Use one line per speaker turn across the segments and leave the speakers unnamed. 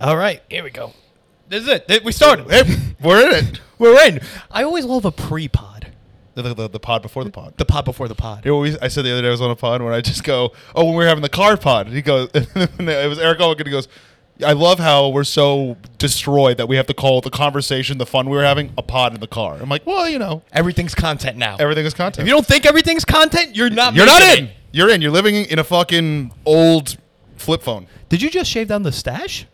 All right, here we go. This is it. Th- We started. Hey,
We're in it.
We're in. I always love a pre-pod,
The, the, the, the pod before the pod.
the pod before the pod.
You know, we- I said the other day I was on a pod where I just go, oh, when we were having the car pod. And he goes, and it was Eric Olkin. He goes, I love how we're so destroyed that we have to call the conversation, the fun we were having, a pod in the car. I'm like, well, you know,
Everything's content now.
everything is content.
If you don't think everything's content, you're not.
You're not
making
in.
it.
You're in. You're living in a fucking old flip phone.
Did you just shave down the stash?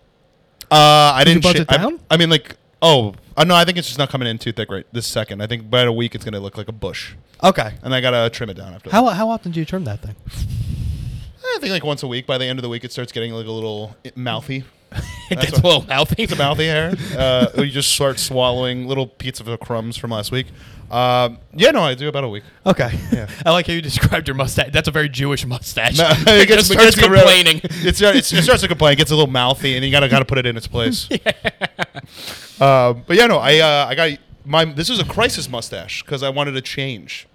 Uh, I didn't.
buzz
shave-
it
I-
down?
I, mean, like, oh, uh, no, I think it's just not coming in too thick right this second. I think by a week it's gonna look like a bush,
Okay.
and I gotta trim it down after.
How how often do you trim that thing?
that. I think like once a week. By the end of the week, it starts getting like a little mouthy.
It
That's
gets
what-
a little mouthy.
It's a mouthy hair. Uh, you just start swallowing little pieces of crumbs from last week. Um, yeah, no, I do about a week.
Okay.
Yeah.
I like how you described your mustache. That's a very Jewish mustache.
No,
it just starts
gets rid of-
complaining.
It's, it's, it starts to complain. It gets a little mouthy, and you gotta gotta put it in its place. Um, but yeah, no, I uh, I got my this was a crisis mustache because I wanted to change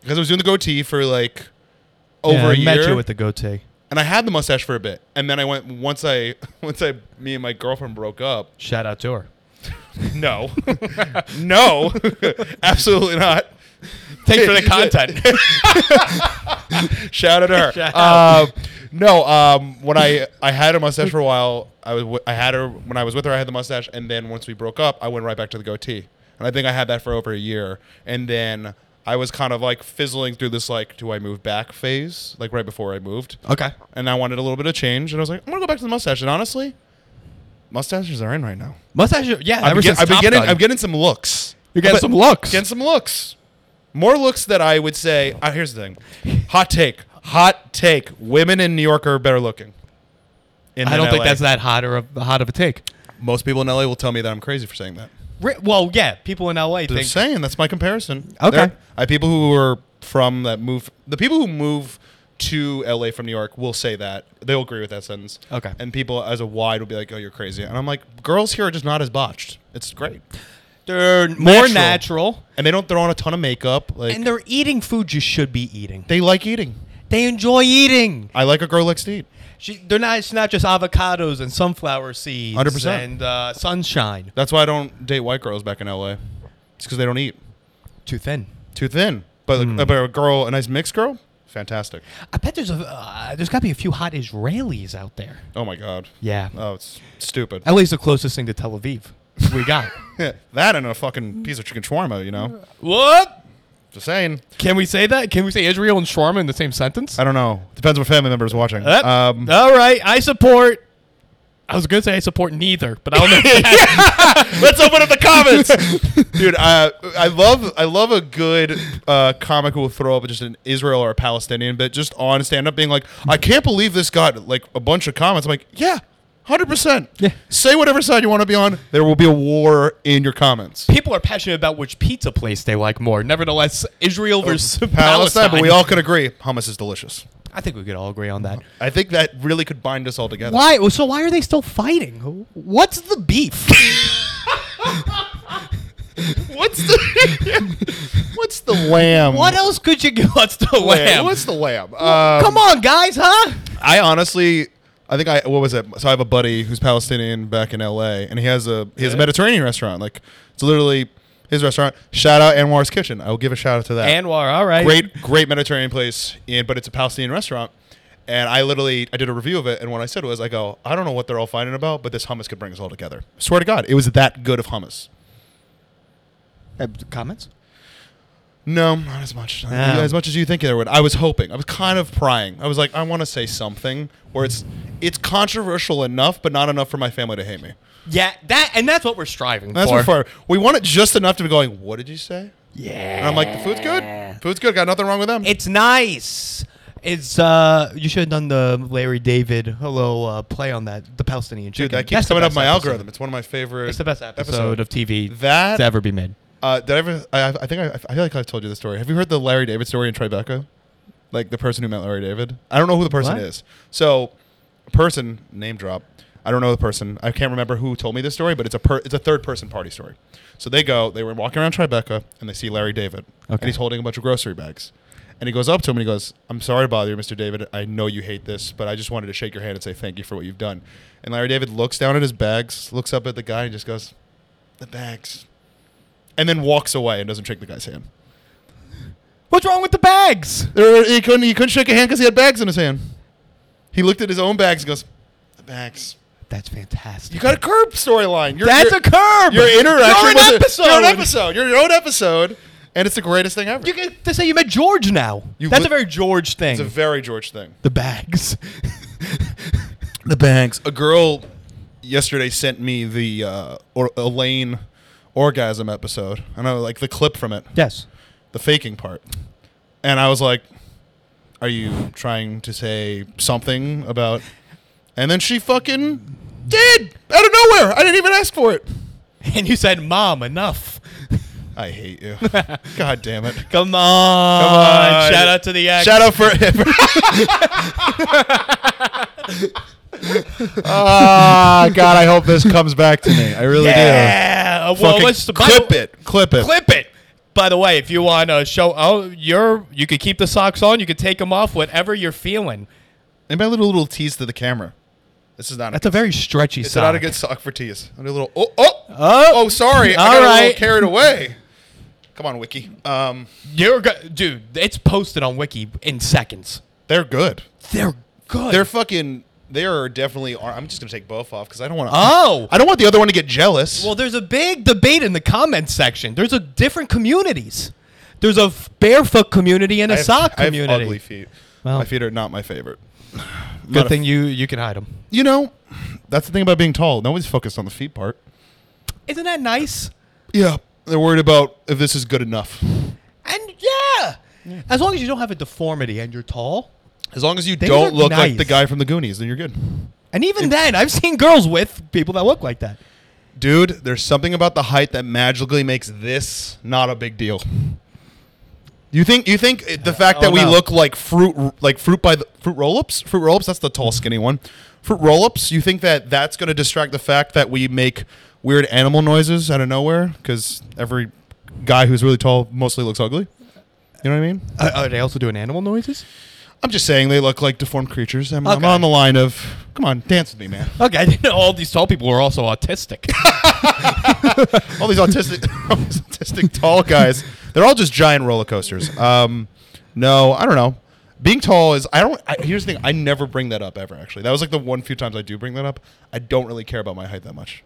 because I was doing the goatee for like over
yeah,
a
I
year,
met you with the goatee.
and I had the mustache for a bit, and then I went once I once I me and my girlfriend broke up.
Shout out to her.
No, no, absolutely not.
Thanks for the content.
Shout out to her.
Shout
Uh, no, um, when I I had a mustache for a while, I was wi- I had her when I was with her. I had the mustache, and then once we broke up, I went right back to the goatee, and I think I had that for over a year, and then I was kind of like fizzling through this like, do I move back phase, like right before I moved,
okay.
and I wanted a little bit of change, and I was like, I'm gonna go back to the mustache, and honestly, mustaches are in right now.
Mustache. Yeah.
I'm,
ever
get-
since
I'm
Top
getting
Gun.
I'm getting some looks.
You're getting
But-
some looks.
Getting some looks. More looks that I would say. ah, here's the thing. Hot take. Hot take. Women in New York are better looking. In
I don't
than
think
LA.
that's that hot or a, hot of a take.
Most people in LA will tell me that I'm crazy for saying that.
Ri- Well, yeah, people in LA
They're
think
saying that's my comparison.
Okay.
They're- I people who are from that move. The people who move to LA from New York will say that they'll agree with that sentence.
Okay.
And people as a wide will be like, "Oh, you're crazy," and I'm like, "Girls here are just not as botched. It's great."
they're more
Natural.
natural
And they don't throw on a ton of makeup. Like
and they're eating food you should be eating.
they like eating.
They enjoy eating.
I like a girl who likes to eat.
She, they're not. It's not just avocados and sunflower seeds
100%.
and uh, sunshine.
That's why I don't date white girls back in LA. It's because they don't eat.
Too thin.
Too thin. But, uh, but a girl, a nice mixed girl, fantastic.
I bet there's a. Uh, there's got to be a few hot Israelis out there.
Oh my god.
Yeah.
Oh, it's stupid.
At least the closest thing to Tel Aviv we got.
that and a fucking piece of chicken shawarma, you know.
what?
Just saying.
Can we say that? Can we say Israel and shawarma in the same sentence?
I don't know. Depends what family members watching.
Uh,
Um,
all right, I support. I was gonna say I support neither, but I'll never.
Let's open up the comments, dude. Uh, I love I love a good uh, comic who will throw up just an Israel or a Palestinian, but just on stand up, being like, I can't believe this got like a bunch of comments. I'm like, yeah, hundred percent.
Yeah.
Say whatever side you want to be on. There will be a war in your comments.
people are passionate about which pizza place they like more. Nevertheless, Israel versus Palestine.
Oh, but we all Uh, could agree hummus is delicious.
I think we could all agree on that.
I think that really could bind us all together.
Why? well, So why are they still fighting? What's the beef?
What's the What's the lamb?
what else could you give What's the lamb?
What's the lamb? Um,
Come on, guys, huh?
I honestly, I think I what was it? So I have a buddy who's Palestinian back in L.A. and he has a he has a Mediterranean restaurant. Like it's literally his restaurant. Shout out Anwar's Kitchen. I will give a shout out to that.
Anwar, all right.
great great Mediterranean place, in, but it's a Palestinian restaurant. And I literally I did a review of it, and what I said was I go I don't know what they're all fighting about, but this hummus could bring us all together. Swear to God, it was that good of hummus.
Uh, comments?
No, not as much. Not
Yeah.
As much as you think there would. I was hoping. I was kind of prying. I was like, I want to say something where it's it's controversial enough, but not enough for my family to hate me.
Yeah, that and that's what we're striving
That's
for.
what far. We want it just enough to be going. What did you say?
Yeah.
And I'm like, the food's good. Food's good. Got nothing wrong with them.
It's nice. It's uh, you should have done the Larry David hello uh, play on that the Palestinian chicken.
Dude, that
That's
keeps
the
coming up
best
my
episode.
algorithm. It's one of my favorite.
It's the best episode, of TV
That-
to ever be made.
Uh, did I ever? I, I think I, I feel like I've told you the story. Have you heard the Larry David story in Tribeca? Like the person who met Larry David. I don't know who the person
What?
is. So, person name drop. I don't know the person. I can't remember who told me this story, but it's a per, it's a third person party story. So they go. They were walking around Tribeca and they see Larry David,
Okay.
and he's holding a bunch of grocery bags. And he goes up to him and he goes, I'm sorry to bother you, Mr. David. I know you hate this, but I just wanted to shake your hand and say thank you for what you've done. And Larry David looks down at his bags, looks up at the guy, and just goes, The bags. And then walks away and doesn't shake the guy's hand.
What's wrong with the bags?
There, he, couldn't, he couldn't shake a hand because he had bags in his hand. He looked at his own bags and goes, The bags.
That's fantastic.
You got a curb storyline. You're-
That's
you're-
a curb.
Your interaction
You're an
with a-
episode.
You're an episode. You're your own episode. And it's the greatest thing ever.
You get to say you met George now.
You
That's
li-
a very George thing.
it's a very George thing.
the bags.
The banks. A girl yesterday sent me the uh, or- Elaine orgasm episode. I know, like the clip from it,
yes.
the faking part. And I was like, "Are you trying to say something about?" And then she fucking did out of nowhere. I didn't even ask for it.
And you said, "Mom, enough."
I hate you. God damn it.
Come on.
Come on.
Shout out to the ex.
Shout out for Ah, God, I hope this comes back to me. I really
Yeah. Uh,
do.
Well,
Fucking
what's the
clip it. Clip it.
Clip it. By the way, if you want to show, oh, you're you could keep the socks on. You could take them off. Whatever you're feeling.
And my little little tease to the camera. This is not.
That's a very stretchy
It's
sock.
not a good sock for tease. I did a little. Oh, oh,
Oh.
oh sorry. I
All
got a
right.
little carried away. Come on, Wiki. Um,
You're go- dude. It's posted on Wiki in seconds.
they're good.
They're good.
They're fucking. They are definitely. Are, I'm just gonna take both off because I don't want to.
oh.
I don't want the other one to get jealous.
Well, there's a big debate in the comments section. There's a different communities. There's a f- barefoot community and a
I have-
sock
I have
community.
ugly feet.
Well.
my feet are not my favorite.
Good thing you you can hide them.
You know, that's the thing about being tall. Nobody's focused on the feet part.
Isn't that nice?
Yeah, they're worried about if this is good enough.
And yeah, as long as you don't have a deformity and you're tall.
As long as you
They
don't
look
look like
nice.
the guy from the Goonies, then you're good.
And even then, I've seen girls with people that look like that.
Dude, there's something about the height that magically makes this not a big deal. You think you think it- the fact
oh,
that we
no.
look like fruit r- like fruit by the fruit roll-ups? Fruit roll-ups, that's the tall
Mm-hmm.
skinny one. Fruit roll-ups, you think that that's going to distract the fact that we make weird animal noises out of nowhere cuz every guy who's really tall mostly looks ugly? You know what I mean?
Uh, are they also doing animal noises?
I'm just saying they look like deformed creatures. I'm, I'm
Okay.
on the line of, come on, dance with me, man.
Okay, I didn't know all these tall people were also autistic.
All these autistic, all these autistic tall guys, they're all just giant roller coasters. Um, no, I don't know. Being tall is, I don't, I, here's the thing, I never bring that up ever, actually. That was like the one few times I do bring that up. I don't really care about my height that much.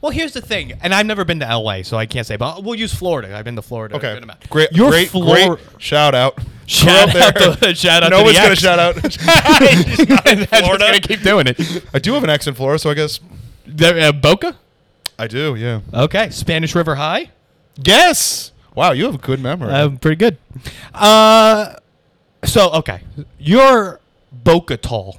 well, here's the thing, and I've never been to LA, so I can't say, but we'll use Florida. I've been to Florida. a
Okay.
good amount.
Great,
Your
great,
Flor-
great shout out.
Shout
Go up
out to- shout out
No
to the
one's gonna
ex.
shout out.
Florida.
Florida.
gonna keep doing it.
I do have an ex in Florida, so I guess
There- uh, Boca.
I do, yeah.
Okay, Spanish River High.
Yes! Wow, you have a good memory.
pretty good. Uh, so okay, you're Boca tall.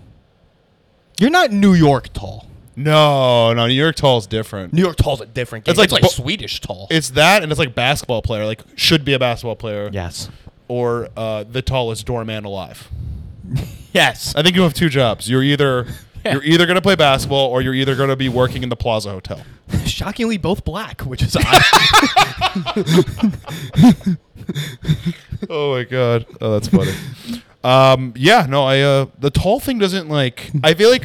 You're not New York tall.
No, no, New York tall is different.
New York tall's a different game.
It's like Bo-
Swedish tall.
It's that, and it's like basketball player, like should be a basketball player,
yes.
or uh, the tallest doorman alive.
Yes.
I think you have two jobs. You're either
Yeah.
you're either gonna play basketball, or you're either gonna be working in the Plaza Hotel.
Shockingly, both black, which is odd.
oh my god, oh that's funny. um, yeah, no, I uh, the tall thing doesn't like. I feel like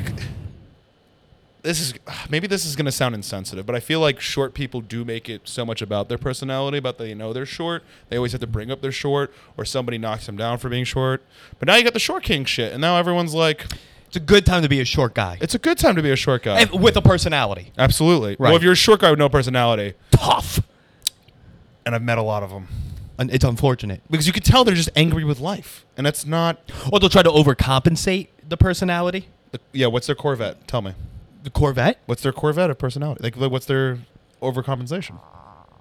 this is maybe this is gonna sound insensitive, but I feel like short people do make it so much about their personality, about they know they're short. They always have to bring up they're short, or somebody knocks them down for being short. But now you got the short king shit, and now everyone's like,
it's a good time to be a short guy
it's a good time to be a short guy.
and with a personality.
Absolutely.
Right.
Well, if you're a short guy with no personality,
Tough.
and I've met a lot of them,
And it's unfortunate.
because you can tell they're just angry with life, and that's not.
Or they'll try to overcompensate the personality.
The, yeah, what's their Corvette? Tell me.
The Corvette.
What's their Corvette of personality? Like, like, what's their overcompensation?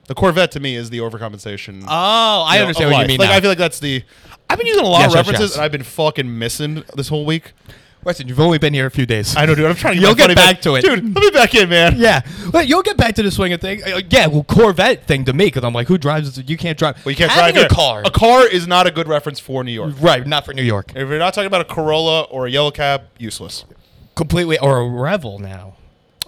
The Corvette to me is the overcompensation.
Oh, I
you know,
understand
of
what
life.
you mean.
Like,
now.
I feel like that's the. I've been using a lot
Yes,
of
yes,
references,
yes.
and I've been fucking missing this whole week.
Weston, you've only been here a few days.
I know, dude. I'm trying to.
You'll
my
get
funny
back to it.
dude. Let me back in, man.
Yeah, but you'll get back to the swing of thing. Uh, yeah, well, Corvette thing to me because I'm like, who drives? this? You can't drive.
Well, you can't
Having
drive
a car.
A car is not a good reference for New York.
right? Not for New York.
If you're not talking about a Corolla or a yellow cab, useless.
Completely or a Revel now.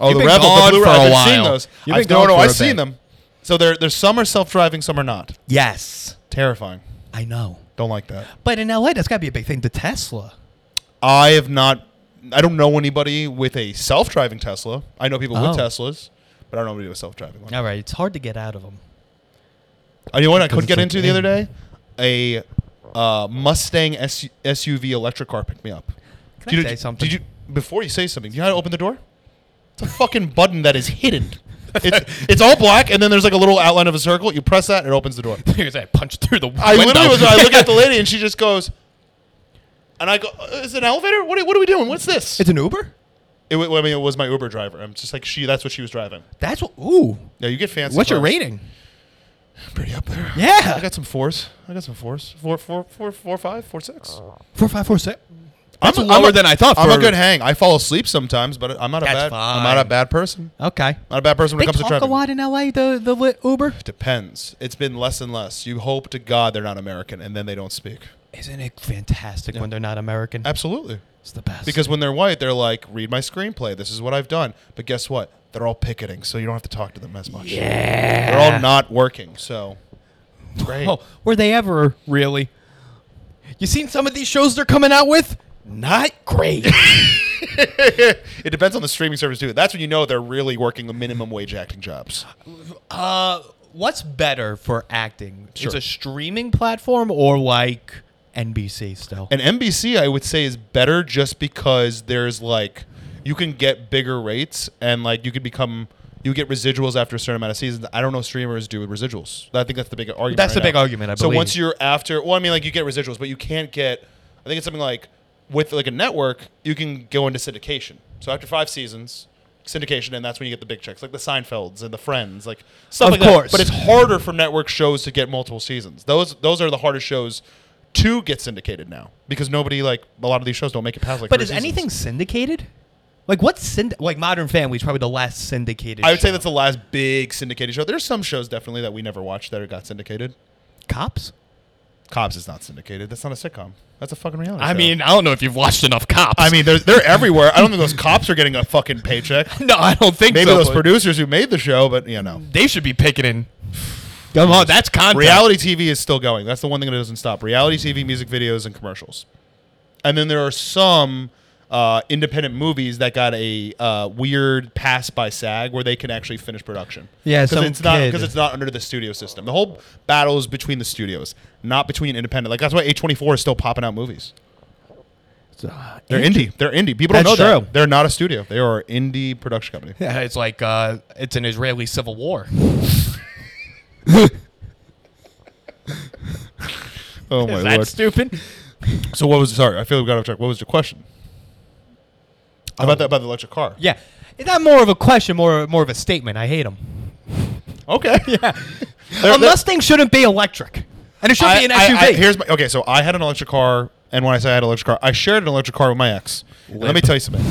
Oh,
You've
the
been
Rebel,
gone
the Blue
for a
Rebel.
while.
I've seen those.
You've
I've,
been gone
no, no,
for a
I've oh, seen
bit.
them. So there, there's some are self-driving, some are not.
Yes,
Terrifying.
I know.
Don't like that.
But in LA, that's got to be a big thing. The Tesla.
I have not. I don't know anybody with a self-driving Tesla. I know people
Oh.
with Teslas, but I don't know anybody with a self-driving one.
All right, it's hard to get out of them.
Uh, you know what I
Because
could
it's
get
like,
into the other
dang.
day? A uh, Mustang SU- SUV electric car picked me up.
Can
Did
I
you-
say
did
something?
you before you say something? Do you know how to open the door? It's a fucking button that is hidden. It's, it's all black, and then there's like a little outline of a circle. You press that, and it opens the door.
Here's that punch through the
I
window.
literally was. I look at the lady, and she just goes, and I go, "Uh, "Is it an elevator? What are, what are we doing? What's this?"
It's an Uber?
It, wa- I mean, it was my Uber driver. I'm just like she. That's what she was driving.
That's what. Ooh.
Yeah, you get fancy.
What's your
cars.
rating?
Pretty up there.
Yeah.
I got some fours. I got some fours. Four, four, four, four, five, four,
Uh,
six.
Four five four six.
a- a- I'm a good hang. I fall asleep sometimes, but I'm not a
That's
bad. I'm not a
fine.
bad person.
Okay.
Not a bad person when
They
it comes to
talk a
driving.
lot in LA. The the li- Uber.
Depends. It's been less and less. You hope to God they're not American, and then they don't speak.
Isn't it fantastic when they're not American?
Absolutely.
It's the best.
Because when they're white, they're like, "Read my screenplay. This is what I've done." But guess what? They're all picketing, so you don't have to talk to them as much.
yeah,
They're all not working, so it's great.
Oh, were they ever really? You seen some of these shows they're coming out with? Not great.
it depends on the streaming service too. That's when you know they're really working the minimum wage acting jobs.
uh, what's better for acting?
Sure.
It's a streaming platform or like NBC still.
And NBC, I would say, is better just because there's like you can get bigger rates and like you can become you get residuals after a certain amount of seasons. I don't know streamers do with residuals. I think that's the big argument.
That's
right
the big
now.
argument, I
so once
believe.
you're after, well, I mean, like you get residuals, but you can't get. I think it's something like with like a network, you can go into syndication. So after five seasons. Syndication, and that's when you get the big checks, like the Seinfelds and the Friends, like stuff
Of
like
course.
that. But it's harder for network shows to get multiple seasons. Those those are the hardest shows to get syndicated now because nobody like a lot of these shows don't make it past like.
but
three
is
seasons.
anything syndicated? Like what's synd- like Modern Family is probably the last syndicated.
I would say
show.
that's the last big syndicated show. There's some shows definitely that we never watched that got syndicated.
Cops.
Cops is not syndicated. That's not a sitcom. That's a fucking reality.
I
show.
mean, I don't know if you've watched enough Cops.
I mean, they're they're everywhere. I don't think those cops are getting a fucking paycheck.
no, I don't think
Maybe
so,
those
but
producers who made the show, but you know,
they should be picketing. Come on, that's content.
reality TV is still going. That's the one thing that doesn't stop. Reality TV, music videos, and commercials. And then there are some uh, independent movies that got a uh, weird pass by SAG where they can actually finish production.
Yeah,
because
some
it's not
kid.
because it's not under the studio system. The whole battle is between the studios, not between independent. Like that's why A twenty four is still popping out movies.
uh,
They're indie. They're indie. People don't
That's
know
true.
that. They're not a studio. They are an indie production company.
Yeah, it's like uh, it's an Israeli civil war.
Oh my
Is that
lord!
stupid?
so what was? Sorry, I feel we got off track. What was your question?
Oh.
About that about the electric car.
Yeah, it's not more of a question, more more of a statement. I hate them.
Okay.
Yeah,
they're-
a Mustang shouldn't be electric, and it should
I-
be an
I-
SUV.
I- here's my okay. So I had an electric car, and when I say I had an electric car, I shared an electric car with my ex. And Let me
Limp.
tell you something.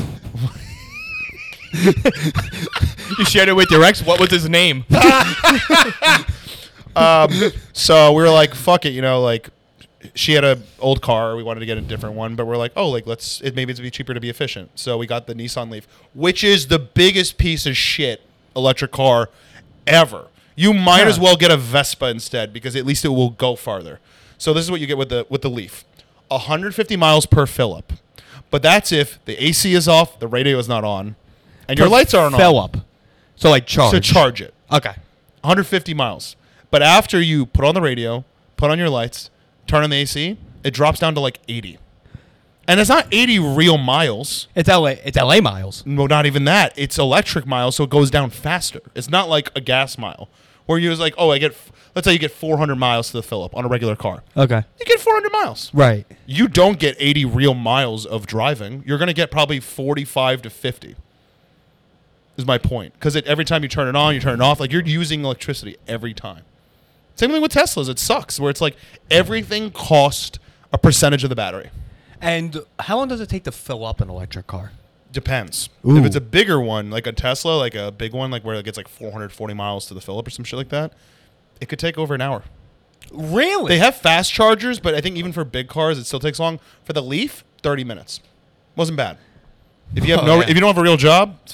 you shared it with your ex. What was his name?
Um, so we were like, fuck it, you know, like she had a old car. We wanted to get a different one, but we're like, oh, like let's it maybe it'd be cheaper to be efficient. So we got the Nissan Leaf, which is the biggest piece of shit electric car ever. You might
Huh.
as well get a Vespa instead because at least it will go farther. So this is what you get with the with the Leaf, 150 miles per fill up, but that's if the AC is off, the radio is not on, and your lights aren't
fell
on.
up, so like charge.
So charge it.
Okay.
150 miles. But after you put on the radio, put on your lights, turn on the AC, it drops down to like 80. And it's not 80 real miles.
It's LA. It's LA miles.
No, not even that. It's electric miles, so it goes down faster. It's not like a gas mile where you're like, oh, I get, f- let's say you get 400 miles to the fill up on a regular car.
Okay.
You get 400 miles.
Right.
You don't get 80 real miles of driving. You're going to get probably 45 to 50. Is my point because every time you turn it on, you turn it off. Like you're using electricity every time. Same thing with Teslas. It sucks where it's like everything costs a percentage of the battery.
And how long does it take to fill up an electric car?
Depends.
Ooh.
If it's a bigger one, like a Tesla, like a big one, like where it gets like 440 miles to the fill up or some shit like that, it could take over an hour.
Really?
They have fast chargers, but I think even for big cars, it still takes long. For the Leaf, thirty minutes wasn't bad. If you have
Oh,
no,
yeah.
if you don't have a real job, it's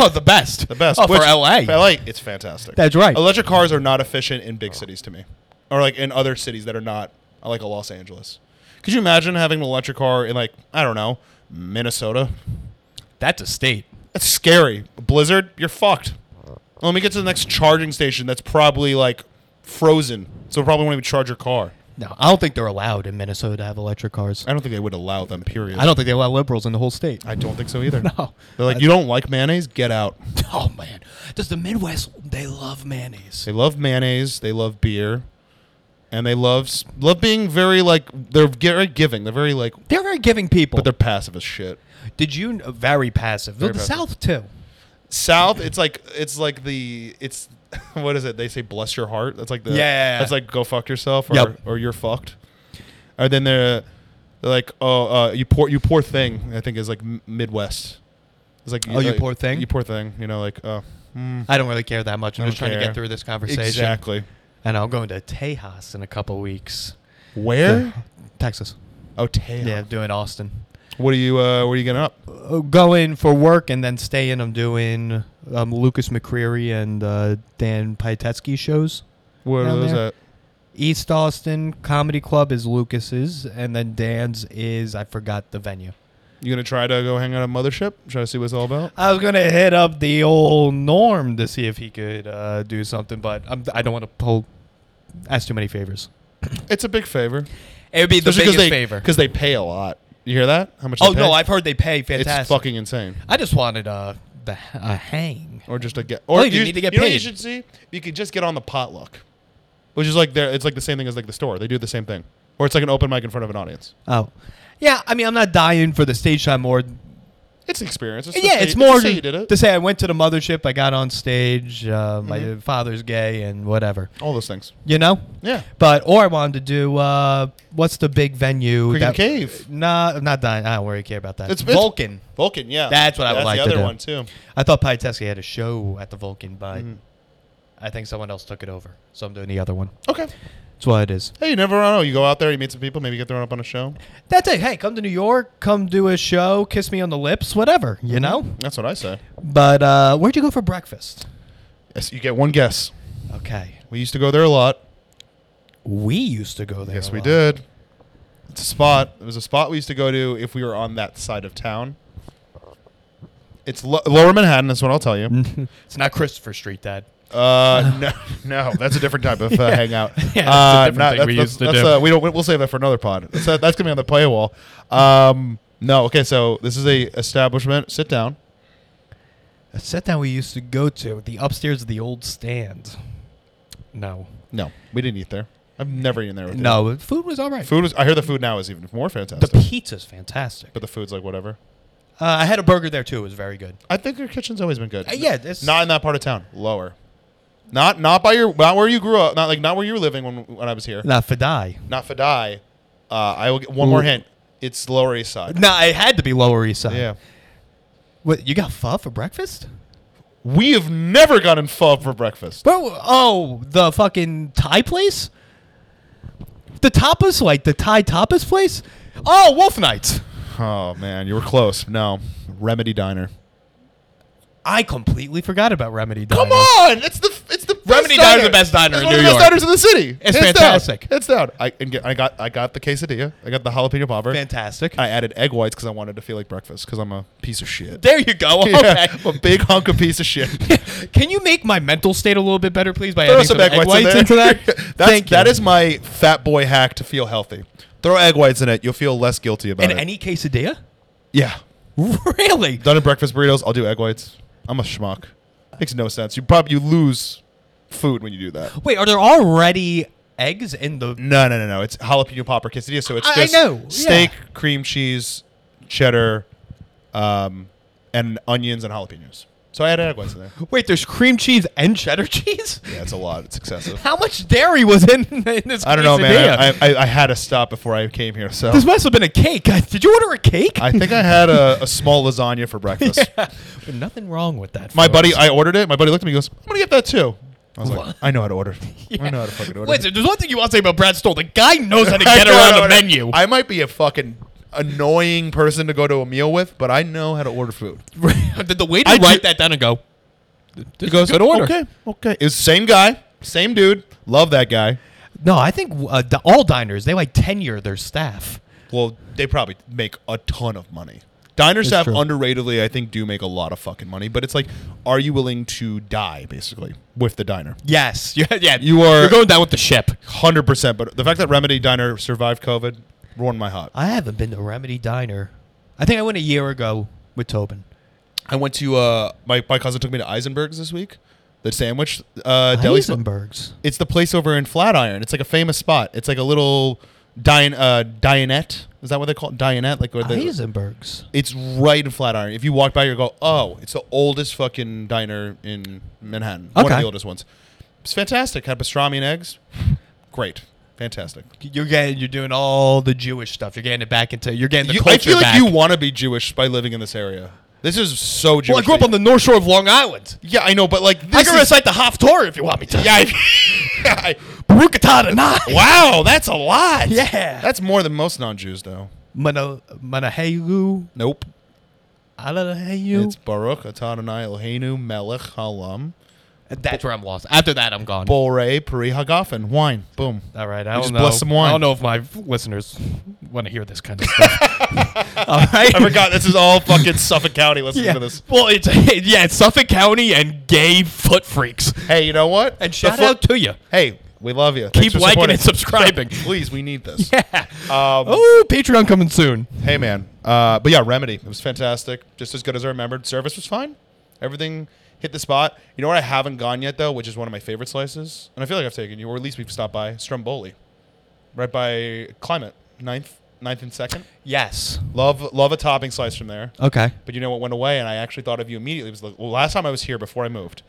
oh, the best.
The best.
Oh,
Which-
for LA.
For LA, it's fantastic.
That's right.
Electric cars are not efficient in big cities to me, or like in other cities that are not I like a Los Angeles. Could you imagine having an electric car in like I don't know Minnesota?
That's a state.
That's scary. Blizzard, you're fucked. Let me get to the next charging station. That's probably like frozen, so it probably won't even charge your car.
No, I don't think they're allowed in Minnesota to have electric cars.
I don't think they would allow them. Period.
I don't think they allow liberals in the whole state.
I don't think so either.
No.
They're like, you don't like mayonnaise? Get out.
Oh man, does the Midwest they love mayonnaise?
They love mayonnaise. They love beer, and they love s- love being very like they're very giving. They're very like,
They're very giving people.
but they're passive as shit.
Did you kn- very passive?
Very
the
passive.
South too.
South, it's like it's like the it's what is it? They say bless your heart. That's like the
Yeah.
That's like go fuck yourself or
Yep.
or you're fucked. Or then they're, they're like oh uh, you poor you poor thing. I think is like m- Midwest. It's like
Oh, you
like,
poor thing?
You poor thing. You know like oh. mm,
I don't really care that much. I'm
I
just
don't
trying to
care.
get through this conversation.
exactly.
And I'll go into Tejas in a couple weeks.
Where?
Texas.
Oh, Taylor.
Yeah, I'm doing Austin.
What are you? Uh, what are you getting up?
Uh, Go in for work and then stay in. I'm doing um, Lucas McCreary and uh, Dan Pytetsky shows.
Where are
Down
those
there.
at?
East Austin Comedy Club is Lucas's, and then Dan's is I forgot the venue.
You gonna try to go hang out at Mothership? Try to see what it's all about.
I was gonna hit up the old Norm to see if he could uh, do something, but I'm, I don't want to pull. Ask too many favors.
It's a big favor.
It would be
they because they pay a lot. You hear that? How much?
Oh
they
no,
pay?
I've heard they pay
It's
fantastic.
fucking insane.
I just wanted uh, the, a hang.
Or just a get.
No,
Or
Oh, you need to get
you Know what you
paid.
should see. You could just get on the potluck, which is like there. It's like the same thing as like the store. They do the same thing. Or it's like an open mic in front of an audience.
Oh, yeah. I mean, I'm not dying for the stage time more.
It's an experience. It's
yeah,
just-
it's more
just how you did
to,
it.
to say I went to the mothership. I got on stage. Uh, My
Mhm.
father's gay and whatever.
all those things.
You know.
Yeah.
But or I wanted to do uh, what's the big venue?
Creek in
that-
the Cave.
Nah, not dying. I don't really care about that.
It's- it's-
Vulcan.
Vulcan. Yeah.
That's what I would
That's
like
the
to
other
do.
one too.
I thought Pieteski had a show at the Vulcan, but
Mhm.
I think someone else took it over. So I'm doing the other one.
Okay.
That's what it is.
Hey, you never know. You go out there, you meet some people, maybe get thrown up on a show.
That's it. Hey, come to New York. Come do a show. Kiss me on the lips. Whatever.
Mm-hmm.
You know.
That's what I say.
But uh, where'd you go for breakfast?
Yes, you get one guess.
Okay.
We used to go there a lot.
We used to go there.
Yes,
a
we
lot.
did. It's a spot. It was a spot we used to go to if we were on that side of town. It's lo- Lower Manhattan. That's what I'll tell
Mm.
you.
it's not Christopher Street, Dad.
Uh, no, no, that's a different type of uh,
Yeah.
hangout.
Yeah, that's a
Uh,
different thing we used to
that's,
do.
Uh, we don't. We'll save that for another pod. That's, uh, that's gonna be on the paywall. Um, no, okay. So this is a establishment. Sit down.
A set down we used to go to the upstairs of the old stand. No.
No, we didn't eat there. I've never eaten there. With you.
No, food was all right.
food was. I hear the food now is even more
the
fantastic.
pizza's fantastic.
but the food's like whatever.
Uh, I had a burger there too. It was very good.
I think your kitchen's always been good.
Uh, yeah, it's-
not in that part of town. Lower, not not by your not where you grew up. Not like not where you were living when when I was here.
Not Fadai.
Not Fadai. Uh, I will get one more
Ooh.
hint. It's Lower East Side.
No, it had to be Lower East Side.
Yeah,
What you got pho for breakfast?
we have never gotten pho for breakfast.
Bro, oh, the fucking Thai place? The tapas, like the Thai tapas place? Oh, Wolf Nights.
Oh man, you were close. No, Remedy Diner.
I completely forgot about Remedy Diner.
Come on, it's the it's the best
Remedy
diner.
Diner's the best diner
It's
in
one
New
of the
York.
best diners in the city.
It's
Hands down.
fantastic.
Hands down. I and get, I got I got the quesadilla. I got the jalapeno popper.
Fantastic.
I added egg whites because I wanted to feel like breakfast because I'm a piece of shit.
There you go. Okay.
Yeah, I'm a big hunk of piece of shit.
Can you make my mental state a little bit better, please, by
Throw
adding
some
some
egg whites, in there.
into that?
That's,
Thank you.
That is my fat boy hack to feel healthy. Throw egg whites in it. You'll feel less guilty
in
about it.
any quesadilla?
yeah.
Really?
Done in breakfast burritos, I'll do egg whites. I'm a schmuck. Makes no sense. You probably you lose food when you do that.
Wait, are there already eggs in the?
No, no, no, no. It's jalapeno popper quesadilla. So it's
I- I
just
know, yeah.
steak, cream cheese, cheddar, um, and onions and jalapenos. So I added egg whites in there.
Wait, there's cream cheese and cheddar cheese.
Yeah, it's a lot. It's excessive.
How much dairy was in, in this?
I don't know, man.
quesadilla?
I, I, I had to stop before I came here, so
this must have been a cake. Did you order a cake?
I think I had a, a small lasagna for breakfast.
yeah. But nothing wrong with that.
My
folks.
buddy, I ordered it. My buddy looked at me, and goes, "I'm gonna get that too." I was like,
What?
"I know how to order. I
Yeah.
know how to fucking order."
Wait, so there's one thing you want to say about Brad Stoll. The guy knows how to
I
get
know how to
around a
order.
menu.
I might be a fucking annoying person to go to a meal with, but I know how to order food.
Did the waiter
I
write
ju-
that down and go? This
Okay, okay. It's same guy, same dude. Love that guy.
No, I think uh, the, all diners they like tenure their staff.
Well, they probably make a ton of money. Diner staff,
true.
underratedly, I think, do make a lot of fucking money. But it's like, are you willing to die basically with the diner?
Yes, yeah, yeah.
You are-
You're going down with the ship.
Hundred percent. But the fact that Remedy Diner survived COVID ruined my heart.
I haven't been to Remedy Diner. I think I went a year ago with Tobin.
I went to uh, my my cousin took me to Eisenberg's this week. The sandwich uh, deli. spot.
Heisenbergs.
It's the place over in Flatiron. It's like a famous spot. It's like a little dine uh, dinette. Is that what they call it? Dinette? Like where they,
Heisenbergs.
It's right in Flatiron. If you walk by, you go, oh, it's the oldest fucking diner in Manhattan. One of
Okay.
the oldest ones. It's fantastic. Had pastrami and eggs. Great. Fantastic.
You're getting, you're doing all the Jewish stuff. You're getting it back into, you're getting the
You-
culture
I feel
back.
like you want to be Jewish by living in this area. This is so Jewish.
well, I grew up
that
on the North Shore of Long Island.
you- yeah, I know, but like this
I can
is-
recite the Haftorah if you want me to.
Yeah. I-
Baruch Nine.
wow, that's a lot.
Yeah.
That's more than most non-Jews, though.
Mana Manahelu
Nope.
Alahelu.
It's Baruch Atanai Eloheinu Melech Halam
That's where I'm lost. After that, I'm gone.
Bore Peri Hagafen Wine. Boom.
All right, I
We
don't
just
know.
blessed some wine.
I don't know if my listeners want to hear this kind of stuff. all right.
I forgot this is all fucking Suffolk County. Listen
Yeah.
to this.
Well, it's yeah, it's Suffolk County and gay foot freaks.
Hey, you know what?
And
The
shout
fo-
out to you.
Hey, we love you.
Keep liking and subscribing.
Please, we need this.
Yeah.
Um,
oh, Patreon coming soon.
Hey, man. Uh, but yeah, Remedy. It was fantastic. Just as good as I remembered. Service was fine. Everything hit the spot. You know what I haven't gone yet, though, which is one of my favorite slices? And I feel like I've taken you, or at least we've stopped by Stromboli, right by Climate, ninth, ninth and 2nd.
Yes.
Love, love a topping slice from there.
Okay.
But you know what went away, and I actually thought of you immediately. Was the well, last time I was here before I moved,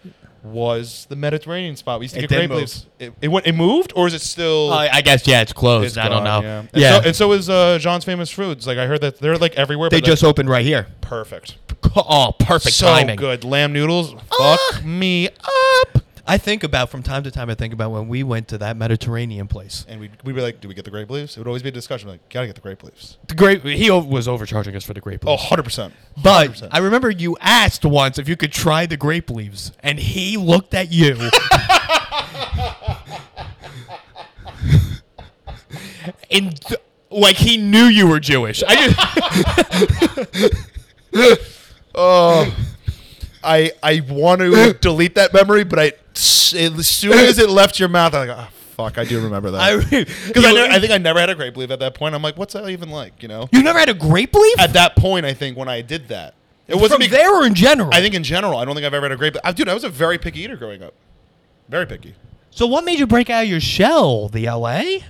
was the Mediterranean spot. We used to
It
get
did
grape
move. Oh,
leaves. It, it went. It moved, or is it still?
I, I guess yeah, it's closed.
it's
I don't know.
gone,
Yeah.
And so, and so is uh, John's Famous Foods. Like I heard that they're like everywhere.
they
but they're
just opened right here.
perfect.
Oh, perfect
so
timing.
good. Lamb noodles.
Ah.
Fuck me up.
I think about from time to time. I think about when we went to that Mediterranean place.
And we we were like, do we get the grape leaves? It would always be a discussion. Like, gotta get the grape leaves.
The great he o- was overcharging us for the grape
Oh,
leaves.
100 percent.
but I remember you asked once if you could try the grape leaves, and he looked at you. and th- like he knew you were Jewish. I just
Oh, I I want to delete that memory, but I as soon as it left your mouth, I'm like, ah, fuck, I do remember that. Because I, ne- I think I never had a grape leaf at that point. I'm like, what's that even like? You know,
you never had a grape leaf.
at that point, I think when I did that, it wasn't.
From
bec-
there or in general.
I think in general, I don't think I've ever had a grape. I, dude, I was a very picky eater growing up. Very picky.
so. What made you break out of your shell? The L.A.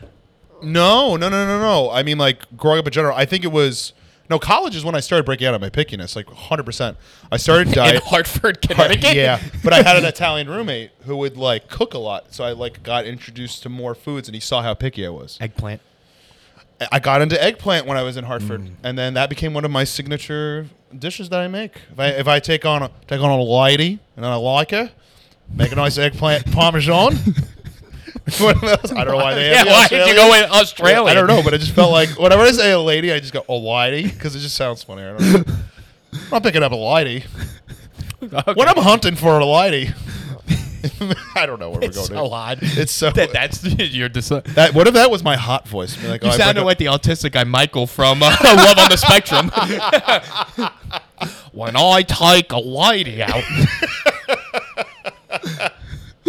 No, no, no, no, no. I mean, like growing up in general, I think it was. No, college is when I started breaking out of my pickiness, like 100%. I started
in
diet.
Hartford,
But-
Connecticut.
Yeah, but I had an Italian roommate who would like cook a lot, so I like got introduced to more foods, and he saw how picky I was.
Eggplant.
I- I got into eggplant when I was in Hartford,
Mm.
and then that became one of my signature dishes that I make. If I, if I take on a, take on a lady and I like her, make a nice eggplant parmesan. What else? I don't know why they.
Yeah,
have the
why did you
Australian.
go with Australia?
I don't know, but it just felt like whenever I say a lady, I just go a lady because it just sounds funny. I don't know. I'm not picking up a lady. When I'm hunting for a lady, I don't know where
it's
we're going.
so
to.
odd.
It's so-
that, that's your deci-
That, what if that was my hot voice? Be Like,
You
oh, I
sounded
break
like the autistic guy Michael from uh, Love on the Spectrum. when I take a lady out,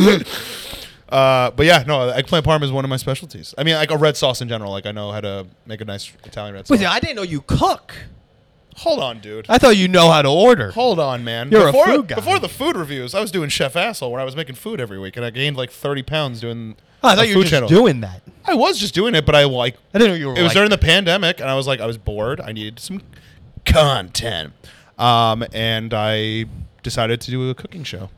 up- Uh, but yeah, no, eggplant parm is one of my specialties. I mean, like a red sauce in general. Like I know how to make a nice Italian red sauce.
I didn't know you cook.
Hold on, dude.
I thought you know how to order.
Hold on, man.
You're a
before,
food guy.
Before the food reviews, I was doing chef asshole when I was making food every week, and I gained like 30 pounds doing.
Oh, I thought
a
you were
food
just
channel.
doing that.
I was just doing it, but I like
I didn't know you were.
it was
like-
during the pandemic and i was like i was bored i needed some content um, and i decided to do a cooking show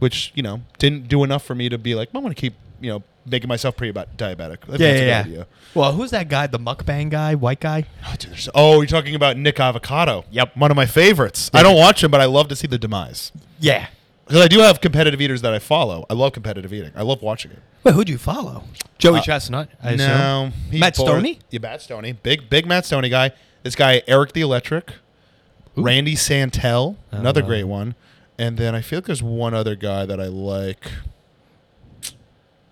which you know didn't do enough for me to be like i'm gonna keep you know making myself pre-diabetic
yeah, yeah, yeah. Well, who's that guy? The mukbang guy, white guy.
Oh, dude, there's- oh, you're talking about Nick Avocado.
Yep.
one of my favorites. I don't watch him, but I love to see the demise
Yeah.
because I do have competitive eaters that I follow. I love competitive eating. I love watching it.
Wait, who'd you follow? Joey
Uh,
Chestnut. I
no,
assume.
he's
Matt
bored.
Stoney.
Yeah, Matt Stoney. Big, big Matt Stoney guy. This guy Eric the Electric, Randy Santel,
Oh,
another
wow.
great one. And then I feel like there's one other guy that I like.